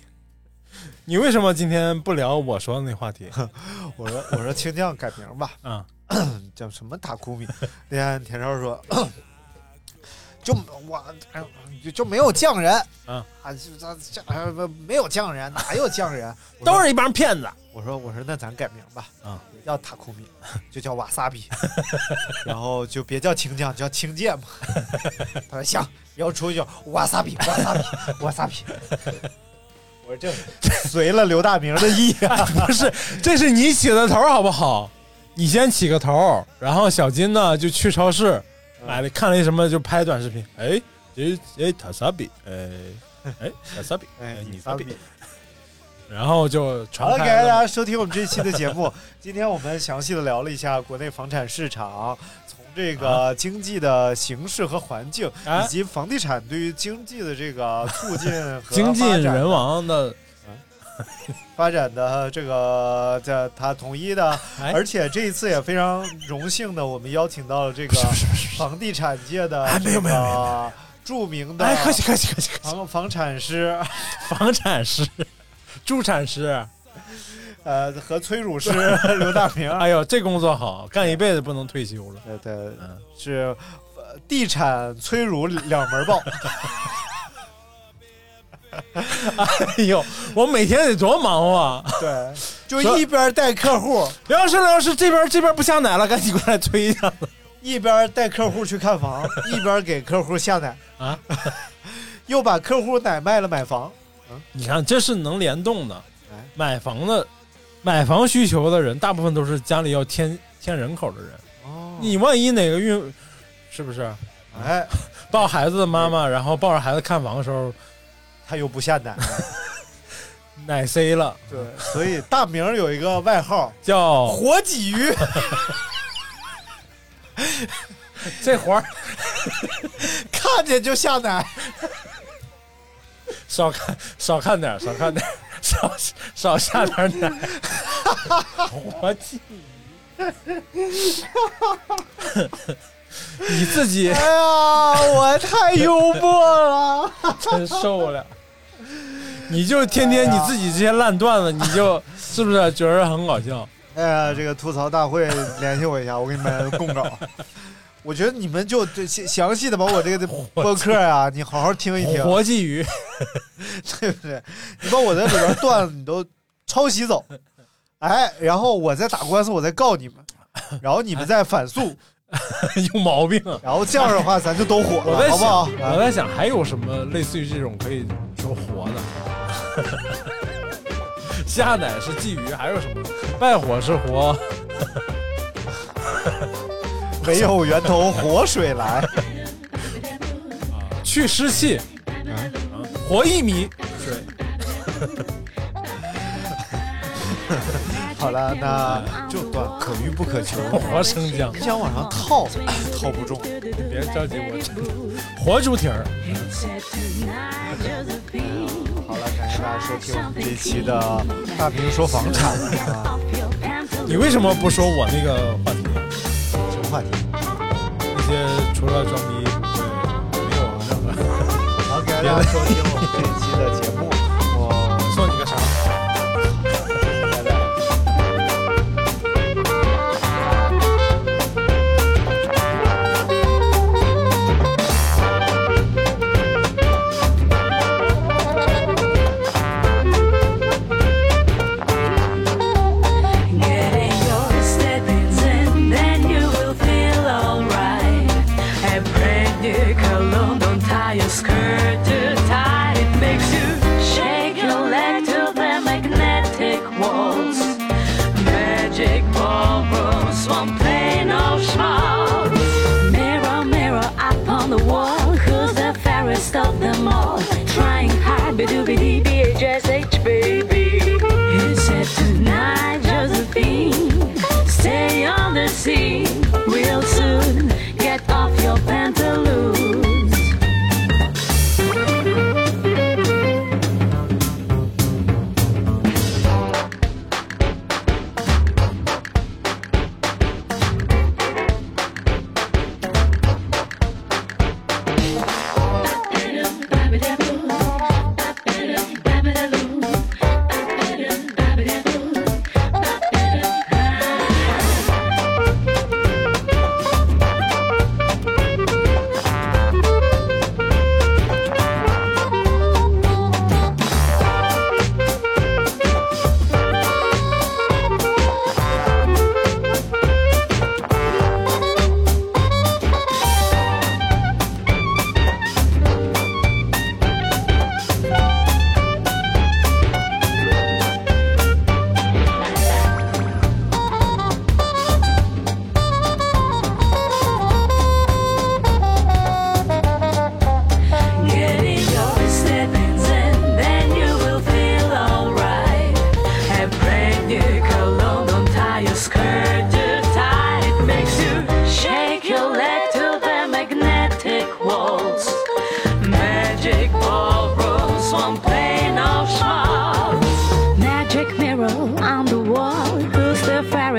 Speaker 10: 你为什么今天不聊我说的那话题？
Speaker 9: 我说我说青酱改名吧，
Speaker 10: 啊，
Speaker 9: 叫什么塔库米？那天田超说， 就我哎就就没有匠人，
Speaker 10: 嗯
Speaker 9: 啊，就咱这哎不没有匠人，哪有匠人？我说
Speaker 10: 都是一帮骗 子。
Speaker 9: 我说我说那咱改名吧，
Speaker 10: 嗯，
Speaker 9: 叫塔库米，就叫瓦萨比，然后就别叫青酱，叫青芥嘛。他说行，然后出去就瓦萨比，瓦萨比，瓦萨比。我说这随了刘大明的意啊，
Speaker 10: 哎不是，这是你起的头儿好不好？你先起个头儿，然后小金呢就去超市买了看了一什么就拍短视频。哎，哎哎，塔萨比，哎哎塔萨比，
Speaker 9: 哎，
Speaker 10: 哎
Speaker 9: 你
Speaker 10: 你
Speaker 9: 萨
Speaker 10: 萨
Speaker 9: 比
Speaker 10: 比，。然后就
Speaker 9: 好
Speaker 10: 传
Speaker 9: 了，感
Speaker 10: 开
Speaker 9: 谢大
Speaker 10: 了。
Speaker 9: 家收听我们这一期的节目。 今天我们详细的聊了一下国内房产市场，从这个经济的形势和环境，
Speaker 10: 啊
Speaker 9: 以及房地产对于经济的这个促进和
Speaker 10: 经济
Speaker 9: 发展
Speaker 10: 人王的，
Speaker 9: 发展的这个这它统一的，
Speaker 10: 哎
Speaker 9: 而且这一次也非常荣幸的，我们邀请到了这个房地产界的
Speaker 10: 哎没有没有没有
Speaker 9: 有著名的
Speaker 10: 哎，客气客气客气，客气
Speaker 9: 房房产师，
Speaker 10: 房产师、 助产师，
Speaker 9: 呃和催乳师 刘大明。
Speaker 10: 哎呦，这工作好，干一辈子不能退休了。
Speaker 9: 呃，对，
Speaker 10: 嗯
Speaker 9: 是呃地产催乳两门儿 报，
Speaker 10: 哎呦，我每天得多忙活 啊！
Speaker 9: 对，就一边带客户，
Speaker 10: 刘老师，刘老师，这边这边不下奶了，赶紧过来催一下。
Speaker 9: 一边带客户去看房，一边给客户下奶
Speaker 10: 啊，
Speaker 9: 又把客户奶卖了买房，
Speaker 10: 你看，这是能联动的
Speaker 9: 哎。
Speaker 10: 买房的，买房需求的人，大部分都是家里要添添人口的人。
Speaker 9: 哦
Speaker 10: 你万一哪个孕，是不是
Speaker 9: 哎，
Speaker 10: 抱孩子的妈妈，然后抱着孩子看房的时候
Speaker 9: 他又不下 奶，
Speaker 10: 奶塞了，
Speaker 9: 对，所以大明儿有一个外号“
Speaker 10: 叫
Speaker 9: 活鲫鱼
Speaker 10: 这活儿”，
Speaker 9: 看见就下 奶，
Speaker 10: 少看少看点儿，少看点儿，少少下点儿奶。我去，你自己
Speaker 9: 哎呀，我太幽默了，
Speaker 10: 真受不了。你就天天你自己这些烂段子，你就是不是觉得很搞笑？
Speaker 9: 哎呀，这个吐槽大 会联系我一下，我给你们供稿。我觉得你们就这详详细的把我这 个播客啊，你好好听一听，
Speaker 10: 活鲫鱼，
Speaker 9: 对不对？你把我在里边段子你都抄袭走，哎，然后我再打官司，我再告你们，然后你们再反诉，
Speaker 10: 有毛病啊！
Speaker 9: 然后这样的话咱就都火
Speaker 10: 我
Speaker 9: 了，
Speaker 10: 在
Speaker 9: 好不
Speaker 10: 想，
Speaker 9: 好？啊
Speaker 10: 我在想还有什么类似于这种可以说活的？ 下奶是鲫鱼，还有什么？外火是活，
Speaker 9: 没有源头活水来，
Speaker 10: 去湿气，啊活一米，水。
Speaker 9: 好了，那就段可遇不可求，
Speaker 10: 活生姜
Speaker 9: 你，想往上套套不中，
Speaker 10: 别着急，我真的活猪蹄儿。
Speaker 9: 好了，感谢大家收听我们这一期的大明说房产啊，
Speaker 10: 你为什么不说我那个话题？
Speaker 9: 什么话题？
Speaker 10: 那些除了装逼，对，没有啊任何。
Speaker 9: 好，感谢大家收听我们这一期的节目，我
Speaker 10: 送你个啥？
Speaker 9: 拜拜。
Speaker 11: Getting your steppings in, then you will feel alright. And brand new cologne, don't tie your skirt too tight. It makes you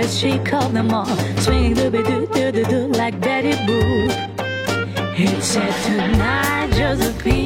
Speaker 11: she called them all, swinging doobie doo doo doo doo like Betty Boop. It said tonight, Josephine.